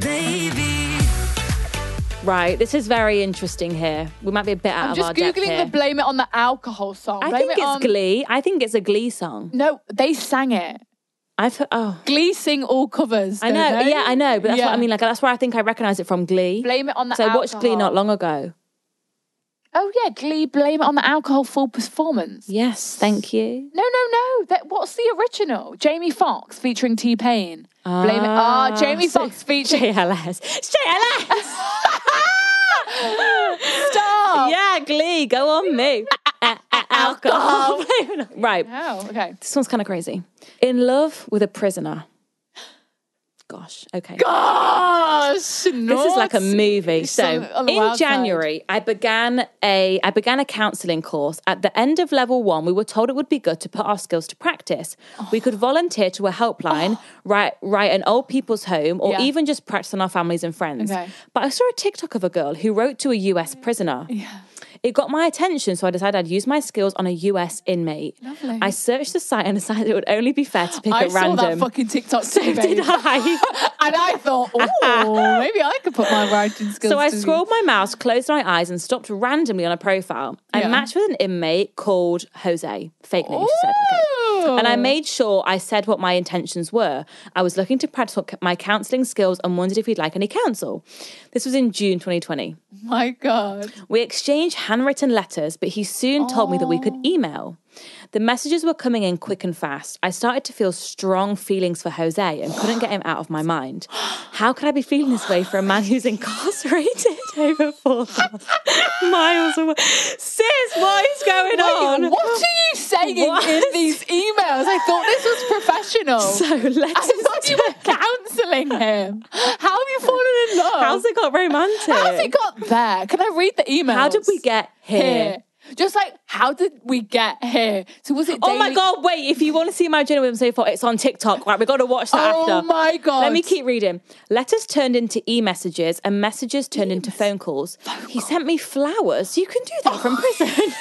S5: Baby,
S3: right this is very interesting here we might be a bit out
S2: I'm
S3: of
S2: just
S3: our depth
S2: googling
S3: here.
S2: the blame it on the alcohol song.
S3: i
S2: Blame
S3: think
S2: it
S3: it's
S2: on-
S3: glee i think it's a glee song
S2: No, they sang it.
S3: i've heard, oh
S2: Glee sing all covers.
S3: I
S2: don't
S3: know,
S2: they?
S3: yeah, I know, but that's what
S2: Yeah.
S3: I mean. Like that's where I think I recognise it from Glee.
S2: Blame it on the
S3: So I watched Glee
S2: alcohol.
S3: not long ago.
S2: Oh yeah, Glee blame it on the alcohol full performance.
S3: Yes, thank you.
S2: No, no, no. That what's the original? Jamie Foxx featuring T Pain. Blame it. Ah, Jamie
S3: so-
S2: Foxx featuring.
S3: JLS. It's JLS.
S2: Stop.
S3: yeah, Glee. Go on me. A- a- Alcohol. right.
S2: Oh, okay.
S3: This one's kind of crazy. In love with a prisoner. Gosh. Okay.
S2: Gosh,
S3: This is like a
S2: nuts.
S3: movie.
S2: Some-
S3: So
S2: on the
S3: in
S2: wild side.
S3: January, I began a I began a counselling course. At the end of level one, we were told it would be good to put our skills to practice. We could volunteer to a helpline, write write an old people's home, or
S2: Oh. Yeah.
S3: even just practice on our families and friends.
S2: Okay.
S3: But I saw a TikTok of a girl who wrote to a US prisoner. It got my attention, so I decided I'd use my skills on a US inmate.
S2: Lovely.
S3: I searched the site and decided it would only be fair to pick
S2: I
S3: at
S2: saw
S3: random.
S2: that fucking TikTok so
S3: Did I?
S2: and I thought, oh, maybe I could put my writing skills.
S3: So I
S2: to-
S3: scrolled my mouse, closed my eyes, and stopped randomly on a profile. I
S2: Yeah.
S3: matched with an inmate called Jose. Fake name, she said.
S2: Ooh.
S3: Okay.
S2: Oh.
S3: And I made sure I said what my intentions were. I was looking to practice what my counselling skills and wondered if he'd like any counsel. This was in June 2020.
S2: My God.
S3: We exchanged handwritten letters, but he soon told me that we could
S2: Oh.
S3: email. The messages were coming in quick and fast. I started to feel strong feelings for Jose and couldn't get him out of my mind. How could I be feeling this way for a man who's incarcerated over 4,000 miles away? Sis, what is going on?
S2: Wait, what are you saying in
S3: What?
S2: these emails? I thought this was professional.
S3: So let's.
S2: I thought you were counselling him. How have you fallen in love?
S3: How's it got romantic?
S2: How's it got there? Can I read the emails?
S3: How did we get here?
S2: Just like, how did we get here? So was it?
S3: Oh my
S2: daily-
S3: god, wait, if you want to see my journey with him so far, it's on TikTok. Right, we gotta watch that
S2: Oh
S3: after.
S2: my God.
S3: Let me keep reading. Letters turned into e messages and messages turned into phone calls. He sent me flowers. You can do that from prison.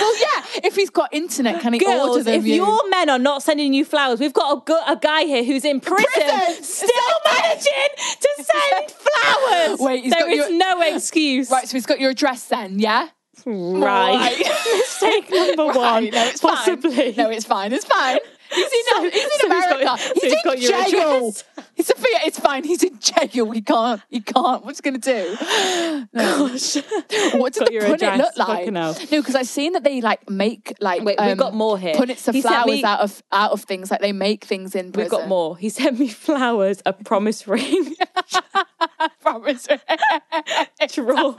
S2: Well, yeah. If he's got internet, can he order
S3: Girls,
S2: them?
S3: if your men are not sending you flowers, we've got a, gu- a guy here who's in prison,
S2: Prison!
S3: still managing to send flowers.
S2: Wait, he's
S3: There
S2: got
S3: is
S2: your-
S3: no excuse.
S2: right, so he's got your address then, yeah.
S3: Right. Mistake number
S2: Right,
S3: one.
S2: No, it's
S3: possibly.
S2: Fine. No, it's fine. It's fine. He's in,
S3: So-
S2: he's in
S3: so he's got-
S2: America.
S3: so
S2: He's,
S3: he's
S2: in
S3: got your
S2: jail.
S3: address.
S2: it's a fear. It's fine. He's in jail. He can't. He can't. What's he gonna do? Gosh. What did
S3: Got
S2: the
S3: your
S2: punnet
S3: address,
S2: look like?
S3: fucking
S2: No,
S3: hell.
S2: because I've seen that they like make like um,
S3: Wait, we've got more here.
S2: Punnets of
S3: He sent
S2: flowers
S3: me-
S2: out of out of things. Like they make things in
S3: We've
S2: prison.
S3: got more. He sent me flowers, a promise ring,
S2: promise.
S3: drawer.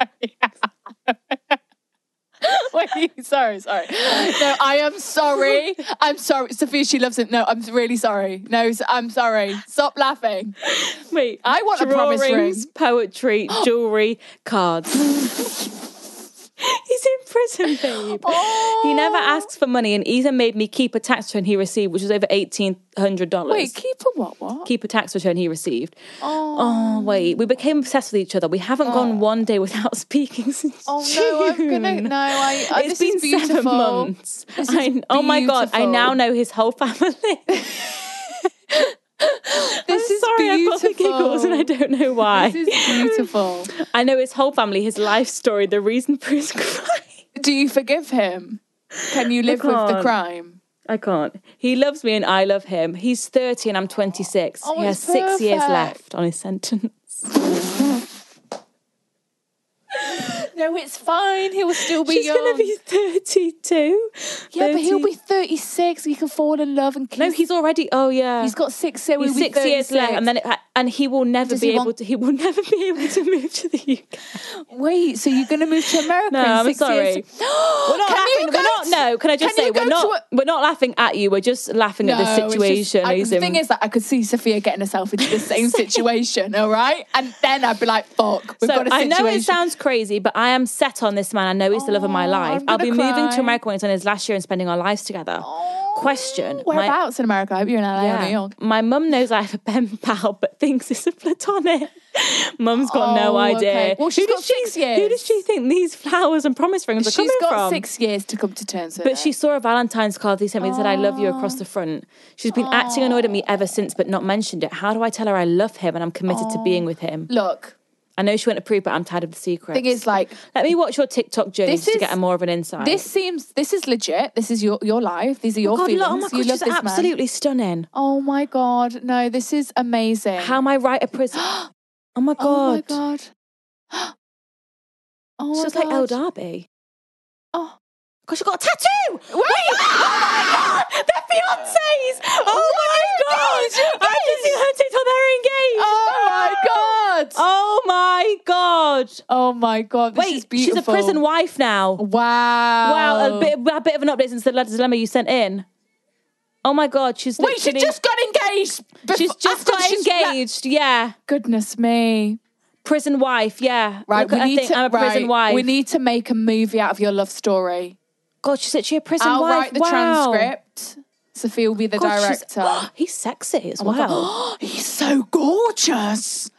S2: Wait, sorry, sorry. No, I am sorry. I'm sorry, Sophia. She loves it. No, I'm really sorry. No, s- I'm sorry. Stop laughing.
S3: Wait,
S2: I want a promise ring.
S3: drawings, poetry, jewelry, cards. he's in prison, babe. He
S2: Oh.
S3: never asks for money, and Isa made me keep a tax return he received, which was over eighteen hundred dollars.
S2: Wait, keep a what? What?
S3: keep a tax return he received. Oh, wait, we became obsessed with each other. We haven't gone one day without speaking since
S2: Oh no, I'm gonna
S3: June.
S2: no. I, I
S3: It's
S2: this is
S3: been seven
S2: beautiful.
S3: months.
S2: This is
S3: I, oh my god, I now
S2: beautiful.
S3: know his whole family.
S2: This is
S3: Sorry, I've got
S2: beautiful.
S3: the giggles and I don't know why.
S2: This is beautiful.
S3: I know his whole family, his life story, the reason for his crime.
S2: Do you forgive him? Can you live with the
S3: can't.
S2: crime?
S3: I can't. He loves me and I love him. He's 30 and I'm 26.
S2: Oh,
S3: he has
S2: it's
S3: six years
S2: perfect.
S3: left on his sentence.
S2: No, it's fine. He will still be
S3: She's
S2: young.
S3: going to be 32.
S2: yeah, but he'll
S3: 30.
S2: be 36. He can fall in love and kiss.
S3: No, he's already. Oh, yeah.
S2: he's got six. So
S3: He's
S2: he'll be
S3: six years
S2: 36.
S3: left, and then it, and he will never
S2: Does
S3: be
S2: he
S3: able
S2: want-
S3: to. He will never be able to move to the UK.
S2: wait. So you're going to move to America?
S3: No,
S2: in
S3: I'm
S2: six
S3: sorry.
S2: Years? we're
S3: not laughing. We're not. No, can I just say we're not? We're not laughing at you. We're just laughing at the situation.
S2: I,
S3: he's
S2: the
S3: in.
S2: thing is that I could see Sophia getting herself into the same situation, all right? And then I'd be like, fuck, we've
S3: so
S2: got a
S3: I
S2: situation.
S3: know it sounds crazy, but I am set on this man. I know he's the love of my life.
S2: I'm
S3: I'll
S2: gonna
S3: be moving
S2: cry.
S3: to America when it's on his last year and spending our lives together. Question. My,
S2: Whereabouts in America? I hope you're in LA or New
S3: yeah.
S2: York.
S3: My mum knows I have a pen pal, but thinks it's a platonic. Mum's got
S2: Oh,
S3: no idea.
S2: okay. Well, she's
S3: who
S2: got
S3: does she,
S2: six
S3: Who does she
S2: years.
S3: think these flowers and promise rings are
S2: She's
S3: coming
S2: got
S3: from?
S2: six years to come to terms with
S3: But
S2: it.
S3: she saw a Valentine's card that he sent me that said, I love you across the front. She's been acting annoyed at me ever since, but not mentioned it. How do I tell her I love him and I'm committed to being with him?
S2: Look,
S3: I know she won't approve, but I'm tired of the secret.
S2: Oh. thing is, like,
S3: Let me watch your TikTok journey
S2: This
S3: just to
S2: is-
S3: get a more of an insight.
S2: this seems, this is legit. This is your, your life. These are your
S3: oh God,
S2: feelings.
S3: look, oh my
S2: you
S3: God,
S2: love
S3: she's
S2: this man.
S3: absolutely stunning.
S2: Oh my God. No, this is amazing.
S3: How am I right at prison? oh my God.
S2: Oh my God. Oh my
S3: She's like
S2: God.
S3: El Darby.
S2: Oh.
S3: Gosh, she got a tattoo!
S2: Wait!
S3: Oh my God! They're fiancés! Oh my God! I can see her TikTok, they're engaged!
S2: Oh my God.
S3: Oh my god!
S2: Oh my god, this
S3: Wait,
S2: is
S3: she's
S2: beautiful.
S3: a prison wife now.
S2: Wow.
S3: Wow, a bit, a bit of an update since the letter dilemma you sent in. Oh my god, she's
S2: Wait, she
S3: literally-
S2: just got engaged. befo-
S3: she's just
S2: after
S3: got
S2: she's ra-
S3: engaged. yeah,
S2: Goodness me.
S3: prison wife. Yeah,
S2: Right,
S3: Look at
S2: we
S3: her
S2: need
S3: thing,
S2: to.
S3: I'm a prison
S2: right,
S3: wife.
S2: We need to make a movie out of your love story.
S3: God, she's literally a prison
S2: I'll
S3: wife.
S2: write the
S3: wow.
S2: transcript. Sophia will be the
S3: God, she's-
S2: director.
S3: he's sexy as
S2: Oh my God.
S3: well.
S2: He's so gorgeous.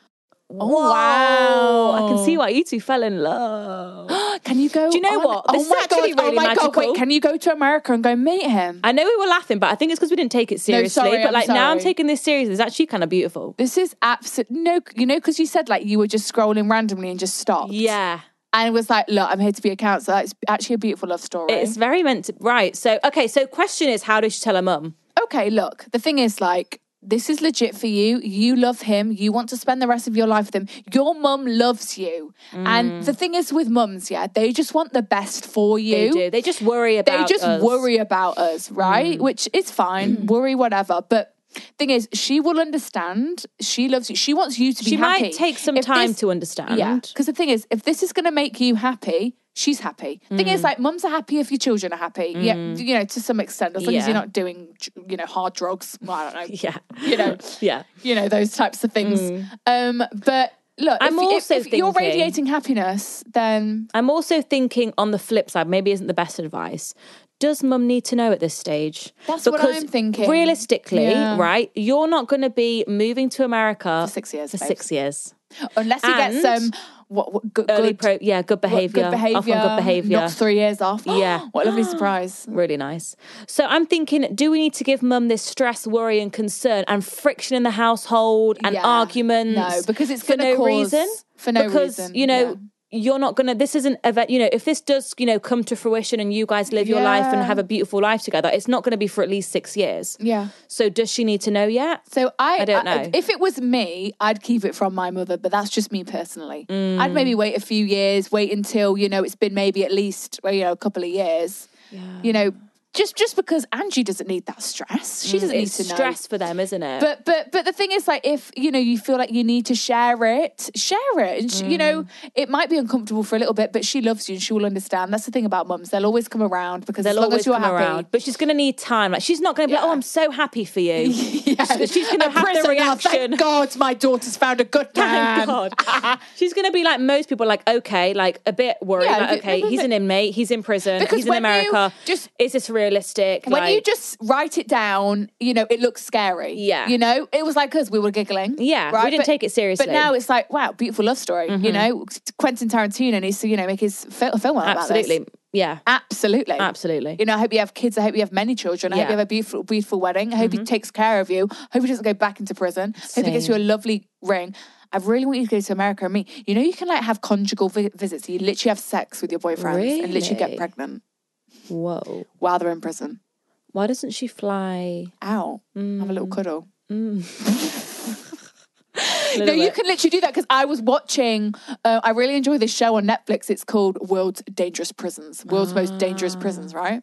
S3: Oh, Wow, I
S2: Wow.
S3: can see why you two fell in love.
S2: Can you go?
S3: Do you know
S2: on-
S3: what?
S2: Oh
S3: This is
S2: my
S3: actually
S2: god!
S3: really
S2: oh my god!
S3: magical.
S2: Wait, can you go to America and go meet him?
S3: I know we were laughing, but I think it's because we didn't take it seriously.
S2: sorry,
S3: but
S2: I'm
S3: like now, I'm
S2: sorry.
S3: taking this seriously. It's actually kind of beautiful.
S2: This is absolute no. You know, because you said like you were just scrolling randomly and just stopped.
S3: Yeah.
S2: and was like, "Look, I'm here to be a counselor." It's actually a beautiful love story.
S3: It's very meant to, right. So, okay. So, question is, how does she tell her mum?
S2: okay. Look, the thing is, like, this is legit for you. You love him. You want to spend the rest of your life with him. Your mum loves you, and the thing is with mums, yeah, they just want the best for you.
S3: Mm. They do. They just worry
S2: They
S3: about.
S2: just
S3: us. Mm.
S2: worry about us, right? Which is fine. worry whatever, but. Thing is, she will understand. She loves you. She wants you to be
S3: She
S2: happy.
S3: might take some
S2: If
S3: time
S2: this-
S3: to understand.
S2: Yeah, because the thing is, if this is going to make you happy, she's happy. Thing
S3: Mm.
S2: is, like, mums are happy if your children are happy. Yeah, you know, to some extent, as long as
S3: Yeah.
S2: you're not doing, you know, hard drugs. Well, I don't know.
S3: yeah,
S2: You know,
S3: yeah.
S2: you know those types of things. Um, but look,
S3: Mm. I'm
S2: if, if-
S3: also
S2: if, you're
S3: thinking-
S2: radiating happiness, then
S3: I'm also thinking on the flip side. Maybe isn't the best advice. Does mum need to know at this stage?
S2: That's what I'm thinking.
S3: Realistically,
S2: Yeah.
S3: right? You're not going to be moving to America
S2: For six years,
S3: For
S2: babes.
S3: six years,
S2: unless you get
S3: And
S2: some what, what good,
S3: early
S2: good,
S3: pro. Yeah, good
S2: what-
S3: behavior.
S2: good behavior,
S3: Off on good behavior.
S2: knock three years off.
S3: Yeah.
S2: what a lovely surprise.
S3: Really nice. So I'm thinking, do we need to give mum this stress, worry, and concern, and friction in the household, and
S2: Yeah.
S3: arguments?
S2: No, because it's
S3: for
S2: gonna
S3: no
S2: cause-
S3: reason.
S2: for no
S3: because
S2: reason,
S3: you know
S2: yeah.
S3: you're not gonna this isn't a vet you know if this does you know come to fruition and you guys live your life and
S2: Yeah.
S3: have a beautiful life together it's not gonna be for at least six years
S2: Yeah.
S3: so does she need to know yet
S2: So I,
S3: I don't know.
S2: if it was me, I'd keep it from my mother, but that's just me personally.
S3: Mm.
S2: I'd maybe wait a few years, wait until you know it's been maybe at least well, you know a couple of years. Yeah. You know, just just because Angie doesn't need that stress, she doesn't
S3: Mm, it's
S2: need to know.
S3: stress for them isn't it
S2: Mm, But but but the thing is, like, if you know you feel like you need to share it, share it. And sh you know,
S3: Mm.
S2: it might be uncomfortable for a little bit, but she loves you and she will understand. That's the thing about mums; they'll always come around because as
S3: They'll
S2: long
S3: always
S2: as you're
S3: come
S2: happy.
S3: around, but she's going to need time. Like she's not going to be like, "Oh, I'm so happy for you." She's- She's going to
S2: A
S3: have the
S2: prisoner,
S3: reaction.
S2: Thank God, my daughter's found a good man.
S3: Thank God. she's going to be like most people, like okay, like a bit worried.
S2: Yeah,
S3: like,
S2: but-
S3: okay,
S2: but-
S3: he's an
S2: but-
S3: inmate. He's in prison.
S2: Because
S3: He's in
S2: when you
S3: America.
S2: just-
S3: is this realistic?
S2: When you
S3: Like,
S2: just write it down, you know it looks scary.
S3: Yeah.
S2: you know it was like us; we were giggling.
S3: Yeah, we didn't take it seriously. Mm-hmm.
S2: But now it's like, wow, beautiful love story. You know, Quentin Tarantino needs to you know make his fil- film out about this.
S3: absolutely, yeah,
S2: Absolutely.
S3: Absolutely.
S2: You know, I hope you have kids. I hope you have many children. I hope
S3: Yeah. Mm-hmm.
S2: you have a beautiful, beautiful wedding. I hope he takes care of you. I hope he doesn't go back into prison. I hope he gets you a lovely ring. I really want you to go to America and me. You know, you can like have conjugal vi- visits. You literally have sex with your boyfriends and literally get
S3: Really?
S2: pregnant
S3: whoa.
S2: while they're in prison.
S3: Why doesn't she fly?
S2: Out. Have a
S3: Mm.
S2: little cuddle.
S3: Little
S2: No, you
S3: bit.
S2: can literally do that because I was watching. Uh, I really enjoy this show on Netflix. It's called World's Dangerous Prisons, World's Most Dangerous Prisons,
S3: Ah.
S2: right?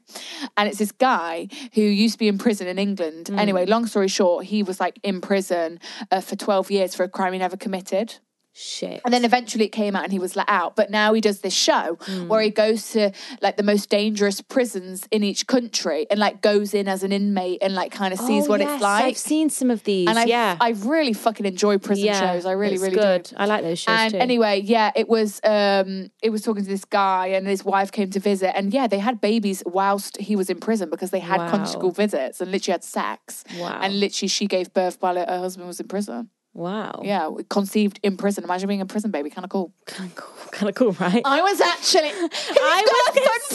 S2: And it's this guy who used to be in prison in England.
S3: Mm.
S2: Anyway, long story short, he was like in prison uh, for 12 years for a crime he never committed.
S3: Shit.
S2: And then eventually it came out and he was let out. But now he does this show
S3: Hmm.
S2: where he goes to like the most dangerous prisons in each country and like goes in as an inmate and like kind of sees
S3: Oh,
S2: what
S3: yes,
S2: it's like.
S3: I've seen some of these.
S2: and I,
S3: yeah,
S2: I really fucking enjoy prison
S3: Yeah,
S2: shows. I really,
S3: it's
S2: really
S3: good.
S2: do.
S3: I like those shows
S2: And
S3: too.
S2: anyway, yeah, it was um it was talking to this guy and his wife came to visit and yeah, they had babies whilst he was in prison because they had
S3: Wow.
S2: conjugal visits and literally had sex.
S3: Wow.
S2: And literally she gave birth while her husband was in prison.
S3: wow.
S2: Yeah, conceived in prison. Imagine being in prison, baby. Kind of cool.
S3: kind of cool, kind of cool, right?
S2: I was actually.
S3: was
S2: I got a fun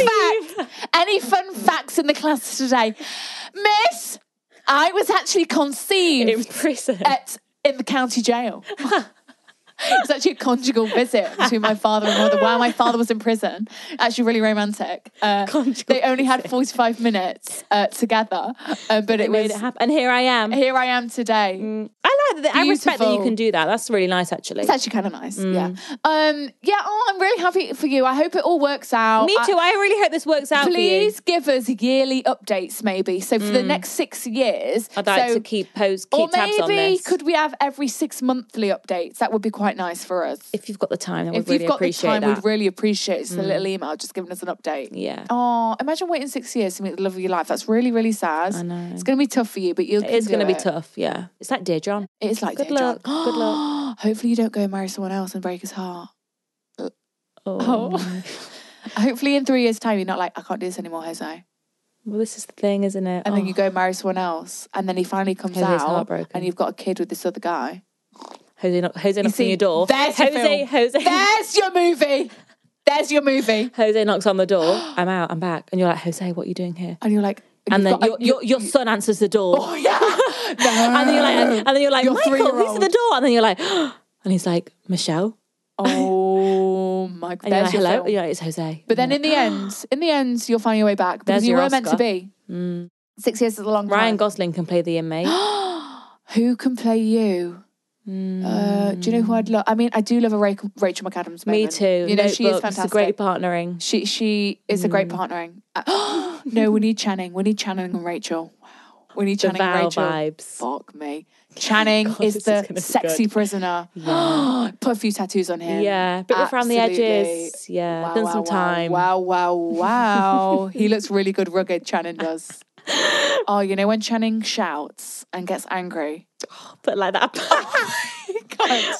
S2: fact. Any fun facts in the class today, Miss? I was actually conceived
S3: in prison.
S2: at in the county jail. it was actually a conjugal visit between my father and mother while my father was in prison. Actually, really romantic. Uh,
S3: Conjugal
S2: they only had forty-five minutes uh, together, uh, but it
S3: made
S2: was.
S3: it happen. Mm. And here I am.
S2: Here I am today.
S3: I like that. I respect that you
S2: Beautiful.
S3: can do that. That's really nice, actually.
S2: It's actually kind of nice. Yeah.
S3: Mm.
S2: Um. Yeah. Oh, I'm really happy for you. I hope it all works out.
S3: Me
S2: Oh, I-
S3: too. I really hope this works out
S2: Please give us yearly updates, maybe. So for the next six years,
S3: for you. Mm. I'd like
S2: so,
S3: to keep post
S2: or
S3: keep tabs on
S2: maybe
S3: this.
S2: could we have every six monthly updates? That would be quite nice for us.
S3: if you've got the time, then
S2: If
S3: we'd really
S2: you've got the
S3: appreciate
S2: time,
S3: that. Mm.
S2: we'd really appreciate it. Just a little email, just giving us an update.
S3: Yeah.
S2: Oh, imagine waiting six years to meet the love of your life. That's really, really sad. I
S3: know.
S2: It's going to be tough for you, but you'll.
S3: it's
S2: going to
S3: be tough. Yeah, it's like dear John.
S2: It is like
S3: Good
S2: dear John.
S3: luck. Good luck.
S2: Hopefully, you don't go and marry someone else and break his heart.
S3: Oh.
S2: Oh. Hopefully, in three years' time, you're not like, I can't do this anymore, Jose.
S3: well, this is the thing, isn't it?
S2: And then
S3: Oh.
S2: you go and marry someone else, and then he finally comes
S3: Jose's
S2: out,
S3: heartbroken.
S2: and you've got a kid with this other guy.
S3: Jose, knock, Jose knocks on
S2: see,
S3: your door.
S2: There's your
S3: Jose,
S2: film.
S3: Jose,
S2: There's your movie. There's your movie.
S3: Jose knocks on the door. I'm out. I'm back. And you're like, Jose, what are you doing here?
S2: And you're like,
S3: And then
S2: you've
S3: your,
S2: got a-
S3: your, your son answers the door.
S2: Oh yeah. No.
S3: and then you're like, and then you're like,
S2: Your
S3: Michael, who's at
S2: three-year-old.
S3: the door? And then you're like, and he's like, Michelle.
S2: Oh my god.
S3: And you're
S2: There's
S3: like,
S2: your
S3: hello.
S2: film.
S3: Yeah, it's Jose.
S2: But then in the end, in the end, you'll find your way back because
S3: There's
S2: you
S3: your
S2: were meant to
S3: Oscar. Mm.
S2: be. Six years is a long time.
S3: Ryan Gosling can play the inmate.
S2: who can play you?
S3: Mm.
S2: Uh, do you know who I'd love? I mean, I do love a Ra- Rachel McAdams. Moment.
S3: Me too.
S2: You know, she is
S3: Notebook, it's
S2: fantastic.
S3: a great partnering.
S2: She she is a
S3: Mm.
S2: great partnering. Uh, no, we need Channing. We need Channing and Rachel. Wow. We need
S3: The
S2: Channing and
S3: Val
S2: Rachel.
S3: vibes.
S2: Fuck me. Channing
S3: God,
S2: is
S3: this
S2: the
S3: is gonna be
S2: sexy
S3: good.
S2: prisoner. Put a few tattoos on him.
S3: Yeah, bit rough around the
S2: Absolutely.
S3: edges. Yeah,
S2: Wow,
S3: done
S2: wow,
S3: some
S2: wow,
S3: time.
S2: Wow, wow, wow. he looks really good rugged, Channing does. Oh, you know when Channing shouts and gets angry?
S3: But like that.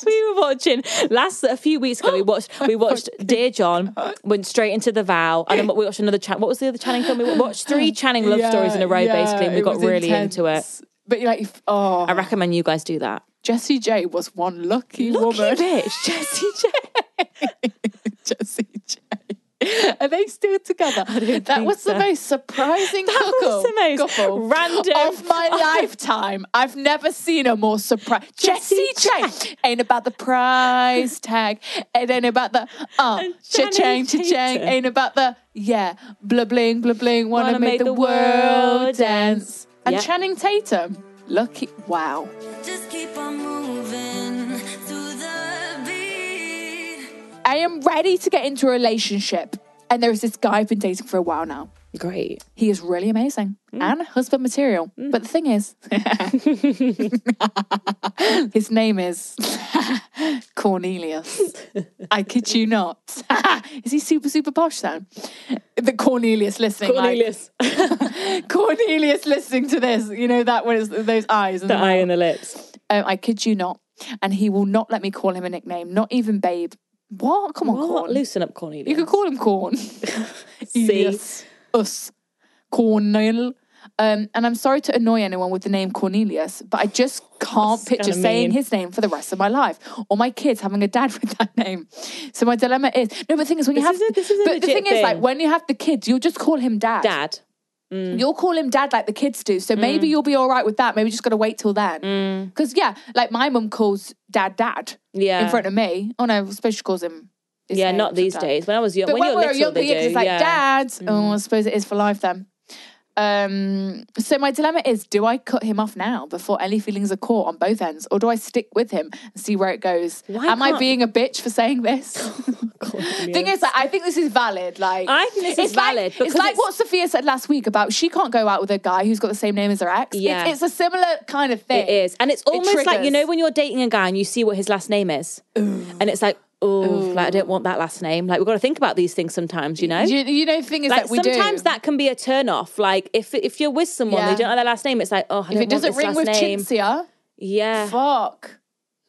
S3: we were watching last a few weeks ago. We watched we watched Dear John. Went straight into the vow, and then we watched another. Chan- what was the other Channing film? We watched three Channing love
S2: Yeah,
S3: stories in a row,
S2: yeah,
S3: basically, and we
S2: it
S3: got
S2: was
S3: really into it.
S2: intense. But you're like, if- oh,
S3: I recommend you guys do that.
S2: Jessie J was one lucky,
S3: Lucky
S2: woman.
S3: bitch, Jessie J.
S2: Jessie J. Are they still together? that
S3: think
S2: was the
S3: so.
S2: most surprising
S3: That was
S2: couple,
S3: the most
S2: couple
S3: random-
S2: of my lifetime. I've never seen a more surprise. Jesse
S3: Jessie
S2: J ain't about the price tag, it ain't about the uh,
S3: And
S2: cha
S3: Channing
S2: chang cha chang,
S3: Tatum.
S2: ain't about the yeah, blah bling blah bling. Wanna,
S3: Wanna
S2: make,
S3: make
S2: the,
S3: the
S2: world
S3: world
S2: dance.
S3: dance.
S2: And
S3: Yep.
S2: Channing Tatum, lucky wow.
S5: Just keep on moving through the beat.
S2: I am ready to get into a relationship. And there is this guy I've been dating for a while now.
S3: Great.
S2: He is really amazing
S3: Mm.
S2: and husband material. But the thing is, his name is Cornelius. I kid you not. is he super, super posh then? The Cornelius listening.
S3: Cornelius,
S2: Like, Cornelius listening to this. You know, that was those eyes. And
S3: the
S2: the
S3: eye and the lips.
S2: um, I kid you not. And he will not let me call him a nickname, not even babe. What? Come on,
S3: What?
S2: Corn.
S3: Loosen up, Cornelius.
S2: You could call him Corn. Elias, Us. Cornel. Um, and I'm sorry to annoy anyone with the name Cornelius, but I just can't
S3: That's
S2: picture
S3: kinda
S2: saying
S3: mean.
S2: his name for the rest of my life or my kids having a dad with that name. So my dilemma is no, but the thing is, when you
S3: This
S2: have,
S3: is a- this is a
S2: but the
S3: legit
S2: thing, is, like,
S3: thing.
S2: when you have the kids, you'll just call him dad. Mm.
S3: Dad. Mm.
S2: You'll call him dad like the kids do. So maybe you'll be all right with that. Maybe you just got to wait till then. Because, yeah, like my mum calls dad dad in
S3: Yeah.
S2: front of me. Oh, no, I suppose she calls him. his
S3: yeah,
S2: name
S3: not these
S2: sometimes.
S3: days. When I was young,
S2: But when,
S3: you're
S2: we were
S3: little,
S2: younger,
S3: they
S2: it's
S3: do.
S2: just like,
S3: yeah. Mm.
S2: dad. Oh, I suppose it is for life then. Um, so my dilemma is: Do I cut him off now before any feelings are caught on both ends, or do I stick with him and see where it goes?
S3: Why
S2: Am I
S3: can't- Oh,
S2: being a bitch for saying this? Thing is, like, I think this is valid. Like,
S3: I think this is
S2: it's like-
S3: valid
S2: it's
S3: because
S2: like
S3: it's-
S2: what Sophia said last week about she can't go out with a guy who's got the same name as her ex. It's-
S3: Yeah.
S2: it's, a similar kind of thing.
S3: It is. And it's
S2: It
S3: almost like, you
S2: triggers.
S3: know, when you're dating a guy and you see what his last name is. And it's like, oh, like, I don't want that last name. Like, we've got to think about these things sometimes, you know?
S2: You, you know, the thing is
S3: like,
S2: that we do.
S3: sometimes that can be a turn off. Like, if if you're with someone,
S2: Yeah.
S3: they don't like their last name, it's like, oh, I don't
S2: if
S3: want
S2: it doesn't
S3: this
S2: ring
S3: last
S2: with
S3: name.
S2: Chintzia,
S3: yeah.
S2: fuck.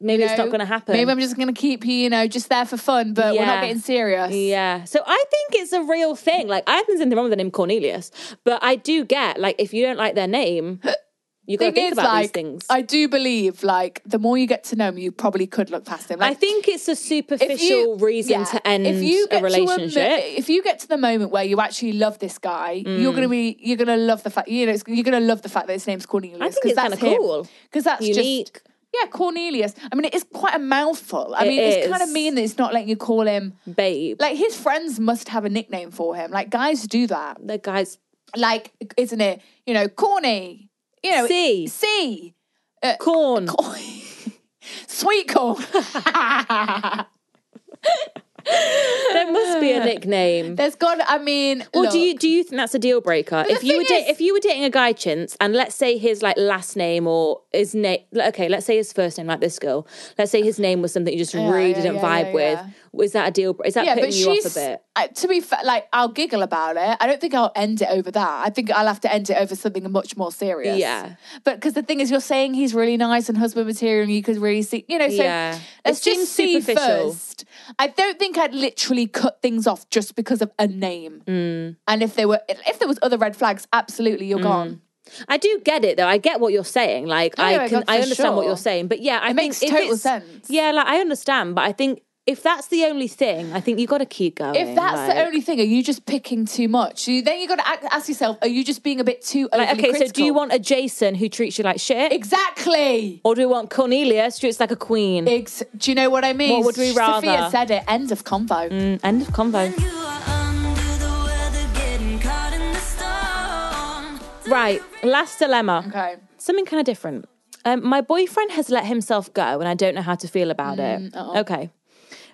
S3: maybe
S2: know,
S3: it's not going to happen.
S2: Maybe I'm just going to keep you, you know, just there for fun, but we're not
S3: Yeah.
S2: getting serious.
S3: Yeah. So I think it's a real thing. Like I think there's nothing wrong with the name Cornelius, but I do get like if you don't like their name, you got to
S2: Thing
S3: think
S2: is,
S3: about
S2: like,
S3: these things.
S2: I do believe, like, the more you get to know him, you probably could look past him. Like,
S3: I think it's a superficial reason
S2: yeah,
S3: to end a
S2: to mo-
S3: relationship.
S2: if you get to the moment where you actually love this guy, you're
S3: Mm.
S2: gonna be, you're gonna love the fact, you know, it's- you're gonna love the fact that his name's Cornelius.
S3: I think it's kinda cool.
S2: because that's
S3: Unique.
S2: just. Yeah, Cornelius. I mean, it is quite a mouthful. I
S3: It
S2: mean, it's kind of
S3: is.
S2: mean that it's not letting you call him.
S3: Babe,
S2: Like, his friends must have a nickname for him. Like, guys do that.
S3: the guy's
S2: like isn't it you know corny you know
S3: C.
S2: C uh,
S3: corn.
S2: sweet corn
S3: There must be a nickname.
S2: there's got I mean
S3: Or
S2: look,
S3: do you do you think that's a deal breaker?
S2: the
S3: If you were
S2: thing
S3: da-
S2: is-
S3: if you were dating a guy, chintz, and let's say his like last name or his name, okay, let's say his first name, like this girl. Let's say his name was something you just really
S2: yeah,
S3: didn't
S2: yeah,
S3: vibe
S2: yeah,
S3: with.
S2: yeah.
S3: Was that a deal? bre- Is that
S2: yeah
S3: putting
S2: but
S3: you
S2: she's
S3: off a bit?
S2: I- to be fair like I'll giggle about it I don't think I'll end it over that I think I'll have to end it over something much more serious
S3: Yeah.
S2: but because the thing is you're saying he's really nice and husband material and you could really see you know so
S3: Yeah. It
S2: let's
S3: seems
S2: just see
S3: superficial.
S2: first I don't think I'd literally cut things off just because of a name
S3: Mm.
S2: and if there were if there was other red flags absolutely you're gone
S3: I do get it though. I get what you're saying. Like
S2: Oh, yeah,
S3: I can,
S2: God,
S3: I
S2: for
S3: understand what
S2: sure.
S3: you're saying. But yeah, I think
S2: makes
S3: if
S2: total
S3: it's-
S2: sense.
S3: Yeah, like I understand, but I think if that's the only thing, I think you got to keep going.
S2: If that's the
S3: like-
S2: only thing, are you just picking too much? You, then you got to ask yourself: Are you just being a bit too overly
S3: like, okay, so do
S2: critical?
S3: you want a Jason who treats you like shit,
S2: exactly?
S3: or do you want Cornelius who treats like a queen?
S2: Ex- do you know what I mean?
S3: What would we
S2: Sophia
S3: rather?
S2: said it. End of convo.
S3: Mm, End of convo.
S5: When you are under the weather, getting caught in the storm.
S3: Right, last dilemma.
S2: Okay.
S3: Something kind of different. Um, my boyfriend has let himself go, and I don't know how to feel about
S2: Mm,
S3: it. Okay.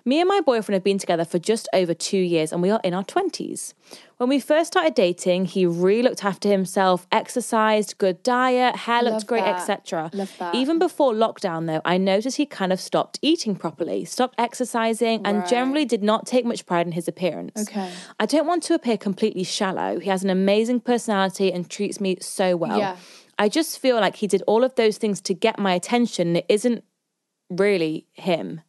S3: Me and my boyfriend have been together for just over two years, and we are in our 20s. When we first started dating, he really looked after himself, exercised, good diet, hair looked
S2: Love
S3: great,
S2: that.
S3: etc.
S2: Love that.
S3: Even before lockdown, though, I noticed he kind of stopped eating properly, stopped exercising, and generally did not take much pride in his appearance.
S2: Okay.
S3: I don't want to appear completely shallow. He has an amazing personality and treats me so well.
S2: Yeah.
S3: I just feel like he did all of those things to get my attention. and It isn't really him.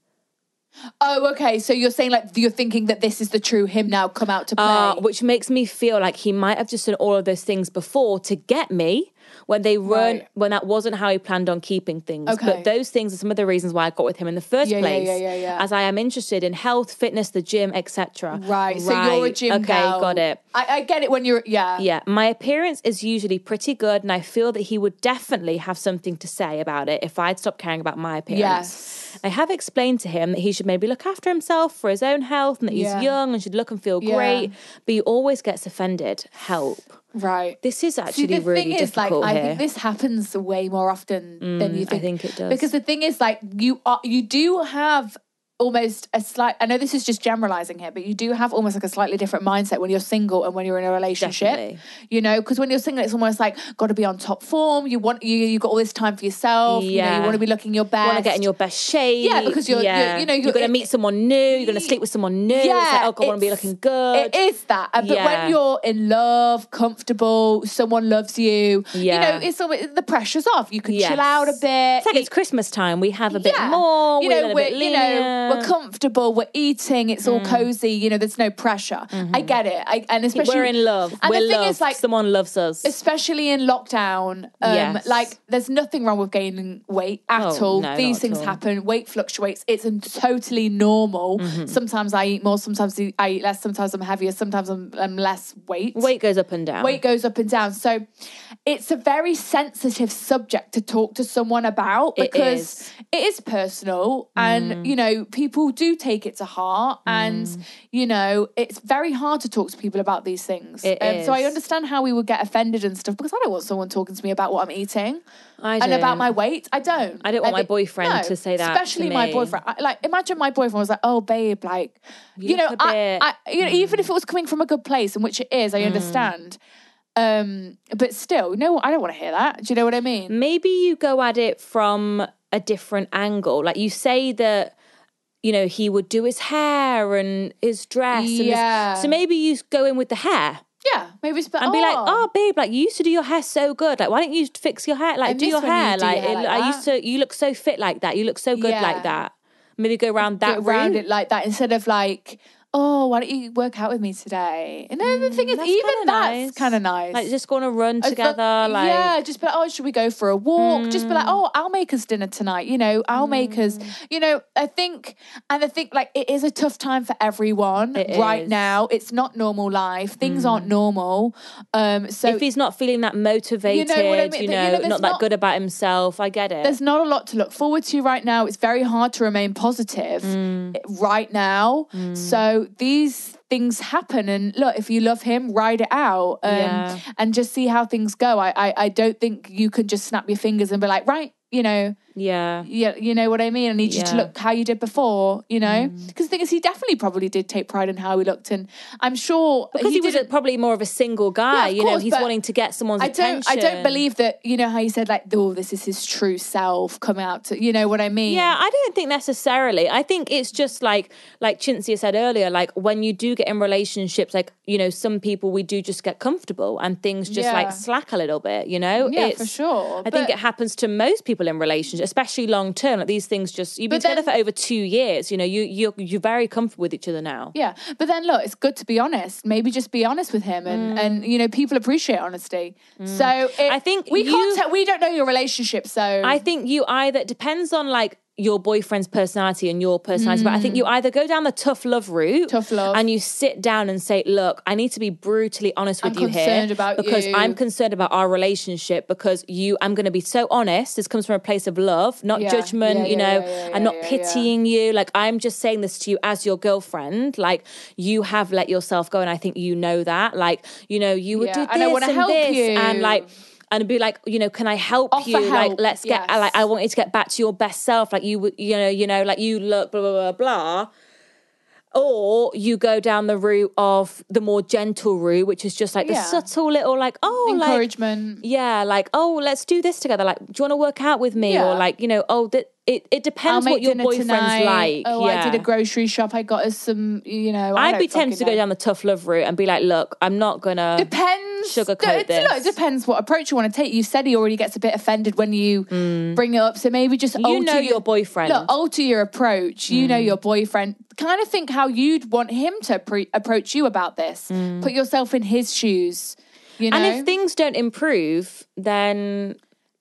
S2: Oh, okay. So you're saying like you're thinking that this is the true him now
S3: Ah,
S2: come out to play.
S3: Uh, which makes me feel like he might have just done all of those things before to get me, when they weren't
S2: Right.
S3: when that wasn't how he planned on keeping things.
S2: Okay.
S3: But those things are some of the reasons why I got with him in the first
S2: Yeah, yeah,
S3: place.
S2: yeah, yeah, yeah.
S3: As I am interested in health, fitness, the gym, etc.
S2: Right. So you're a
S3: Right.
S2: gym
S3: Okay,
S2: gal.
S3: got it.
S2: I, I get it when you're yeah.
S3: Yeah, my appearance is usually pretty good, and I feel that he would definitely have something to say about it if I'd stopped caring about my appearance.
S2: Yes.
S3: I have explained to him that he should maybe look after himself for his own health and that
S2: Yeah.
S3: he's young and should look and feel
S2: Yeah.
S3: great, but he always gets offended. Help.
S2: Right.
S3: This is actually
S2: See, the
S3: really
S2: thing is, like,
S3: difficult
S2: I
S3: here. Mm,
S2: think this happens way more often than you
S3: I
S2: think.
S3: think it does.
S2: Because the thing is, like, you are you do have almost a slight. I know this is just generalizing here, but you do have almost like a slightly different mindset when you're single and when you're in a relationship.
S3: Definitely.
S2: You know, because when you're single, it's almost like got to be on top form. You want you you got all this time for yourself. You, know, you
S3: Yeah.
S2: want to be looking your best.
S3: Want to get in your best shape?
S2: Yeah, because you're- you're- you know,
S3: you're,
S2: you're-
S3: going to meet someone new. You're going to sleep with someone new. It's like, oh, God, I want to be
S2: it's-
S3: looking good.
S2: It is that, Uh, but
S3: Yeah.
S2: when you're in love, comfortable, someone loves you.
S3: Yeah.
S2: you know, it's always, the pressure's off. You can
S3: Yes.
S2: chill out a bit.
S3: It's like it's
S2: eat-
S3: Christmas time. We have a bit
S2: yeah.
S3: more.
S2: You
S3: we're a
S2: know,
S3: little
S2: we're
S3: bit
S2: you know we're
S3: leaner. Mm.
S2: comfortable. We're eating. It's all cozy. You know, there's no pressure. I get it. I, and especially
S3: Mm-hmm. we're in love.
S2: And
S3: we're
S2: the thing
S3: loved.
S2: is, like,
S3: someone loves us.
S2: especially in lockdown um
S3: Yes.
S2: like there's nothing wrong with gaining weight at
S3: Oh,
S2: all
S3: no,
S2: these
S3: not at
S2: things
S3: all.
S2: happen weight fluctuates it's um, totally normal
S3: Mm-hmm.
S2: sometimes i eat more sometimes i eat less sometimes i'm heavier sometimes i'm, I'm less weight
S3: Weight goes up and down.
S2: weight goes up and down so it's a very sensitive subject to talk to someone about
S3: It
S2: because
S3: is. Mm.
S2: it is personal and you know people do take it to heart and you know it's very hard to talk to people about these things Um,
S3: It
S2: so i
S3: is.
S2: understand how we would get offended and stuff because i don't want someone talking to me about what i'm eating
S3: I
S2: and about
S3: don't.
S2: my weight i don't
S3: I don't want
S2: And
S3: my
S2: it-
S3: boyfriend to say that to
S2: especially my
S3: me.
S2: boyfriend I, like imagine my boyfriend was like oh babe like you,
S3: You
S2: know,
S3: look a
S2: I,
S3: bit- mm.
S2: I, you know even if it was coming from a good place and which it is i understand um, but still, no, I don't want to hear that. Do you know what I mean?
S3: Maybe you go at it from a different angle. Like you say that, you know, he would do his hair and his dress. And this-
S2: Yeah.
S3: So maybe you go in with the hair.
S2: Yeah, maybe it's
S3: And be like, oh, babe, like you used to do your hair so good. Like, why don't you fix your hair? Like,
S2: I
S3: do
S2: miss
S3: your
S2: when you
S3: hair.
S2: do your
S3: like,
S2: hair
S3: it-
S2: like
S3: I
S2: that."
S3: used to. You look so fit like that. You look so good
S2: Yeah.
S3: like that. Maybe go around that
S2: get round
S3: route.
S2: it like that instead of like, oh, why don't you work out with me today? And then the thing is,
S3: Mm, That's
S2: even
S3: kinda
S2: that's kind of nice.
S3: Like, just go on a run
S2: I'd
S3: together.
S2: feel-
S3: like, Mm.
S2: yeah, just be like, oh, should we go for a walk? Just be like, oh, I'll make us dinner tonight. You know, I'll make us. You know, I think, and I think like it is a tough time for everyone
S3: It
S2: right
S3: is. Mm.
S2: now. It's not normal life. Things aren't normal. Um, so
S3: if he's not feeling that motivated, you know,
S2: mean? That- you know, there's
S3: not
S2: not-
S3: that good about himself, I get it.
S2: there's not a lot to look forward to right now. It's very hard to remain positive
S3: Mm.
S2: right now. So these things happen. And look, if you love him, ride it out um,
S3: Yeah.
S2: and just see how things go. I, I, I don't think you can just snap your fingers and be like, right, you know,
S3: yeah.
S2: yeah, you know what I mean. I need you to
S3: Yeah. Mm.
S2: look how you did before, you know? Because the thing is, he definitely probably did take pride in how he looked. And I'm sure
S3: Because he, was a-
S2: didn't-
S3: probably more of a single guy,
S2: of
S3: you know,
S2: course,
S3: he's
S2: but
S3: wanting to get someone's
S2: I don't. I
S3: attention.
S2: don't believe that. You know how you said like, oh, this is his true self coming out. to You know what I mean?
S3: Yeah, I don't think necessarily. I think it's just like like Cinzia said earlier, like when you do get in relationships, like, you know, some people we do just get comfortable and things just
S2: Yeah.
S3: like slack a little bit, you know?
S2: Yeah, for sure,
S3: I
S2: but-
S3: think it happens to most people in relationships, especially long term. Like these things just you've been
S2: But then-
S3: together for over two years, you know, you you're you're very comfortable with each other now.
S2: Yeah, but then look, it's good to be honest. Maybe just be honest with him, and and you know people appreciate honesty. So it,
S3: Mm. I think
S2: we
S3: you-
S2: can't. Te- we don't know your relationship, so
S3: I think you either it depends on like your boyfriend's personality and your personality, but I think you either go down the tough love route,
S2: Mm. Tough love.
S3: and you sit down and say, "Look, I need to be brutally honest
S2: I'm
S3: with you
S2: concerned
S3: here
S2: about
S3: because
S2: you."
S3: I'm concerned about our relationship because you, I'm going to be so honest. This comes from a place of love, not
S2: Yeah,
S3: judgment.
S2: yeah,
S3: you
S2: yeah,
S3: know,
S2: yeah, yeah,
S3: I'm not
S2: yeah, yeah.
S3: pitying you. Like I'm just saying this to you as your girlfriend. Like you have let yourself go, and I think you know that. Like you know, you would
S2: Yeah,
S3: do this
S2: and I wanna help
S3: this,
S2: you.
S3: and like. And be like, you know, can I help
S2: Offer
S3: you?
S2: help,
S3: Like, let's get. I Like,
S2: yes.
S3: I want you to get back to your best self. Like, you, would- you know, you know, like you look, blah blah blah blah. Or you go down the route of the more gentle route, which is just like the
S2: Yeah.
S3: subtle little, like, oh, like,
S2: encouragement.
S3: yeah, like, oh, let's do this together. Like, do you want to work out with me?
S2: Yeah.
S3: Or like, you know, oh, that it, it
S2: I'll
S3: depends
S2: make
S3: what your
S2: dinner
S3: boyfriend's
S2: tonight.
S3: like.
S2: Oh,
S3: yeah.
S2: I did a grocery shop. I got us some. You know, I
S3: I'd
S2: don't
S3: be tempted to
S2: fucking
S3: go
S2: know.
S3: down the tough love route and be like, look, I'm not gonna.
S2: Depends.
S3: Sugarcoat
S2: No, it's- look,
S3: this.
S2: it depends what approach you want to take. You said he already gets a bit offended when you bring it up, so maybe just
S3: Mm. You
S2: alter
S3: know your boyfriend.
S2: Oh,
S3: Mm.
S2: Look, alter your approach. You know your boyfriend. Kind of think how you'd want him to pre- approach you about this. Put yourself in his shoes. You know?
S3: Mm. And if things don't improve, then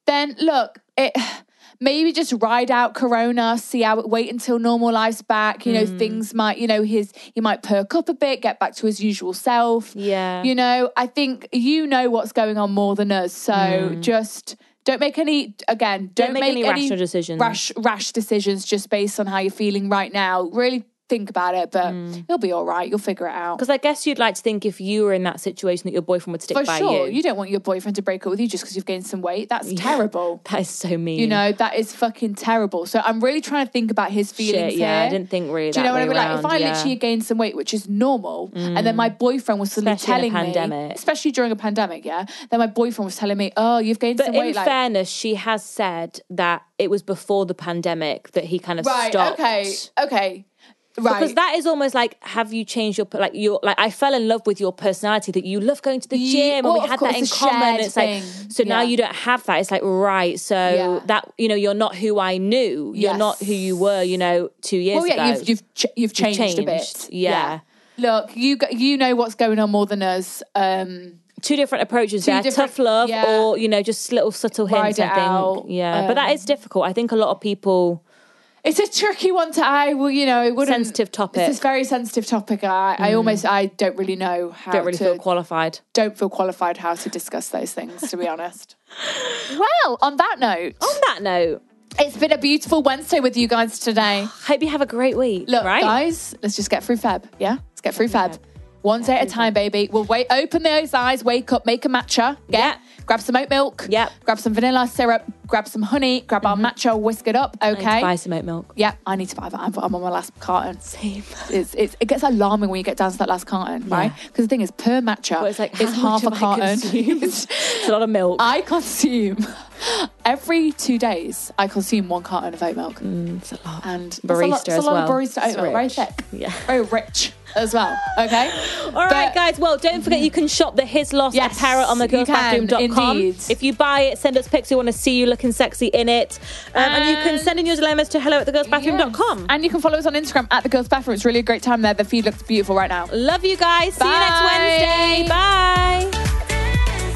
S2: then look, it maybe just ride out Corona, see how it wait until normal life's back. You know,
S3: Hmm.
S2: things might, you know, his he might perk up a bit, get back to his usual self.
S3: Yeah.
S2: You know, I think you know what's going on more than us. So just don't make any again, don't,
S3: Hmm. make any rational decisions.
S2: Rash rash decisions just based on how you're feeling right now. Really think about it, but
S3: Hmm.
S2: you'll be all right. You'll figure it out.
S3: because I guess you'd like to think if you were in that situation that your boyfriend would stick
S2: For
S3: by
S2: sure,
S3: you.
S2: you don't want your boyfriend to break up with you just because you've gained some weight. That's terrible.
S3: That is so mean.
S2: You know, that is fucking terrible. So I'm really trying to think about his feelings.
S3: Shit, yeah,
S2: here.
S3: I didn't think really
S2: Do you
S3: that
S2: know what I
S3: way
S2: mean? Like, if
S3: round,
S2: I
S3: yeah. Mm.
S2: literally gained some weight, which is normal, and then my boyfriend was suddenly
S3: Especially in a
S2: telling me,
S3: pandemic.
S2: especially during a pandemic, yeah, then my boyfriend was telling me, oh, you've gained
S3: But
S2: some
S3: in
S2: weight. Like,
S3: fairness, she has said that it was before the pandemic that he kind of
S2: right,
S3: stopped.
S2: okay, okay, right.
S3: Because that is almost like, have you changed your like your like? I fell in love with your personality that you love going to the
S2: Ye-
S3: gym, and
S2: well, oh, of
S3: we had
S2: course,
S3: that in
S2: the
S3: common.
S2: shared
S3: It's
S2: thing.
S3: like so now
S2: Yeah.
S3: you don't have that. It's like right, so
S2: Yeah.
S3: that you know you're not who I knew. You're not who you were. You know, two years
S2: well, yeah,
S3: ago.
S2: you've, you've, ch- you've, changed a bit.
S3: changed, yeah.
S2: Look, you go- you know what's going on more than us. Um,
S3: two different approaches
S2: Two
S3: there
S2: different-
S3: tough love
S2: yeah.
S3: or you know just little subtle
S2: Ride
S3: hints
S2: it
S3: i think
S2: out, Um,
S3: yeah but that is difficult i think a lot of people
S2: It's a tricky one to I well, you know, it wouldn't
S3: Sensitive topic. Mm.
S2: It's a very sensitive topic. I, I almost I don't really know how
S3: don't really
S2: to,
S3: feel qualified
S2: don't feel qualified how to discuss those things, to be honest. well, on that note,
S3: on that note
S2: it's been a beautiful Wednesday with you guys today.
S3: hope you have a great week
S2: Look,
S3: right
S2: guys, let's just get through Feb. Yeah, let's get through Feb. One day at a time, baby. We'll wait. Open those eyes. Wake up. Make a matcha. Yeah. Grab some oat milk.
S3: Yep. Mm-hmm.
S2: Grab some vanilla syrup. Grab some honey. Grab our matcha. Whisk it up. Okay.
S3: Let's buy some oat milk
S2: Yeah, I need to buy that. I'm, I'm on my last carton.
S3: Same.
S2: It's, it's, it gets alarming when you get down to that last carton, right? Because the thing is, per matcha,
S3: Well, it's like,
S2: it's
S3: how
S2: half a
S3: much have I
S2: carton.
S3: consumed? it's a lot of milk
S2: I consume every two days. I consume one carton of oat milk,
S3: Mm, it's a lot
S2: and that's a
S3: barista
S2: lot, that's
S3: as
S2: a lot
S3: well
S2: of barista oat
S3: It's
S2: milk, very
S3: rich.
S2: thick,
S3: yeah
S2: very rich as well. Okay,
S3: All right, guys. Well, don't forget you can shop the His Lost
S2: Yes,
S3: apparel on the
S2: you can,
S3: girlsbathroom.com.
S2: indeed.
S3: If you buy it, send us pics. We want to see you looking sexy in it. Um, and, you can
S2: And-
S3: send in your dilemmas to hello at thegirlsbathroom.com.
S2: And you can follow us on Instagram at the girls' bathroom. It's really a great time there. The feed looks beautiful right now.
S3: Love you guys. See you next
S2: Bye.
S3: Wednesday. Bye.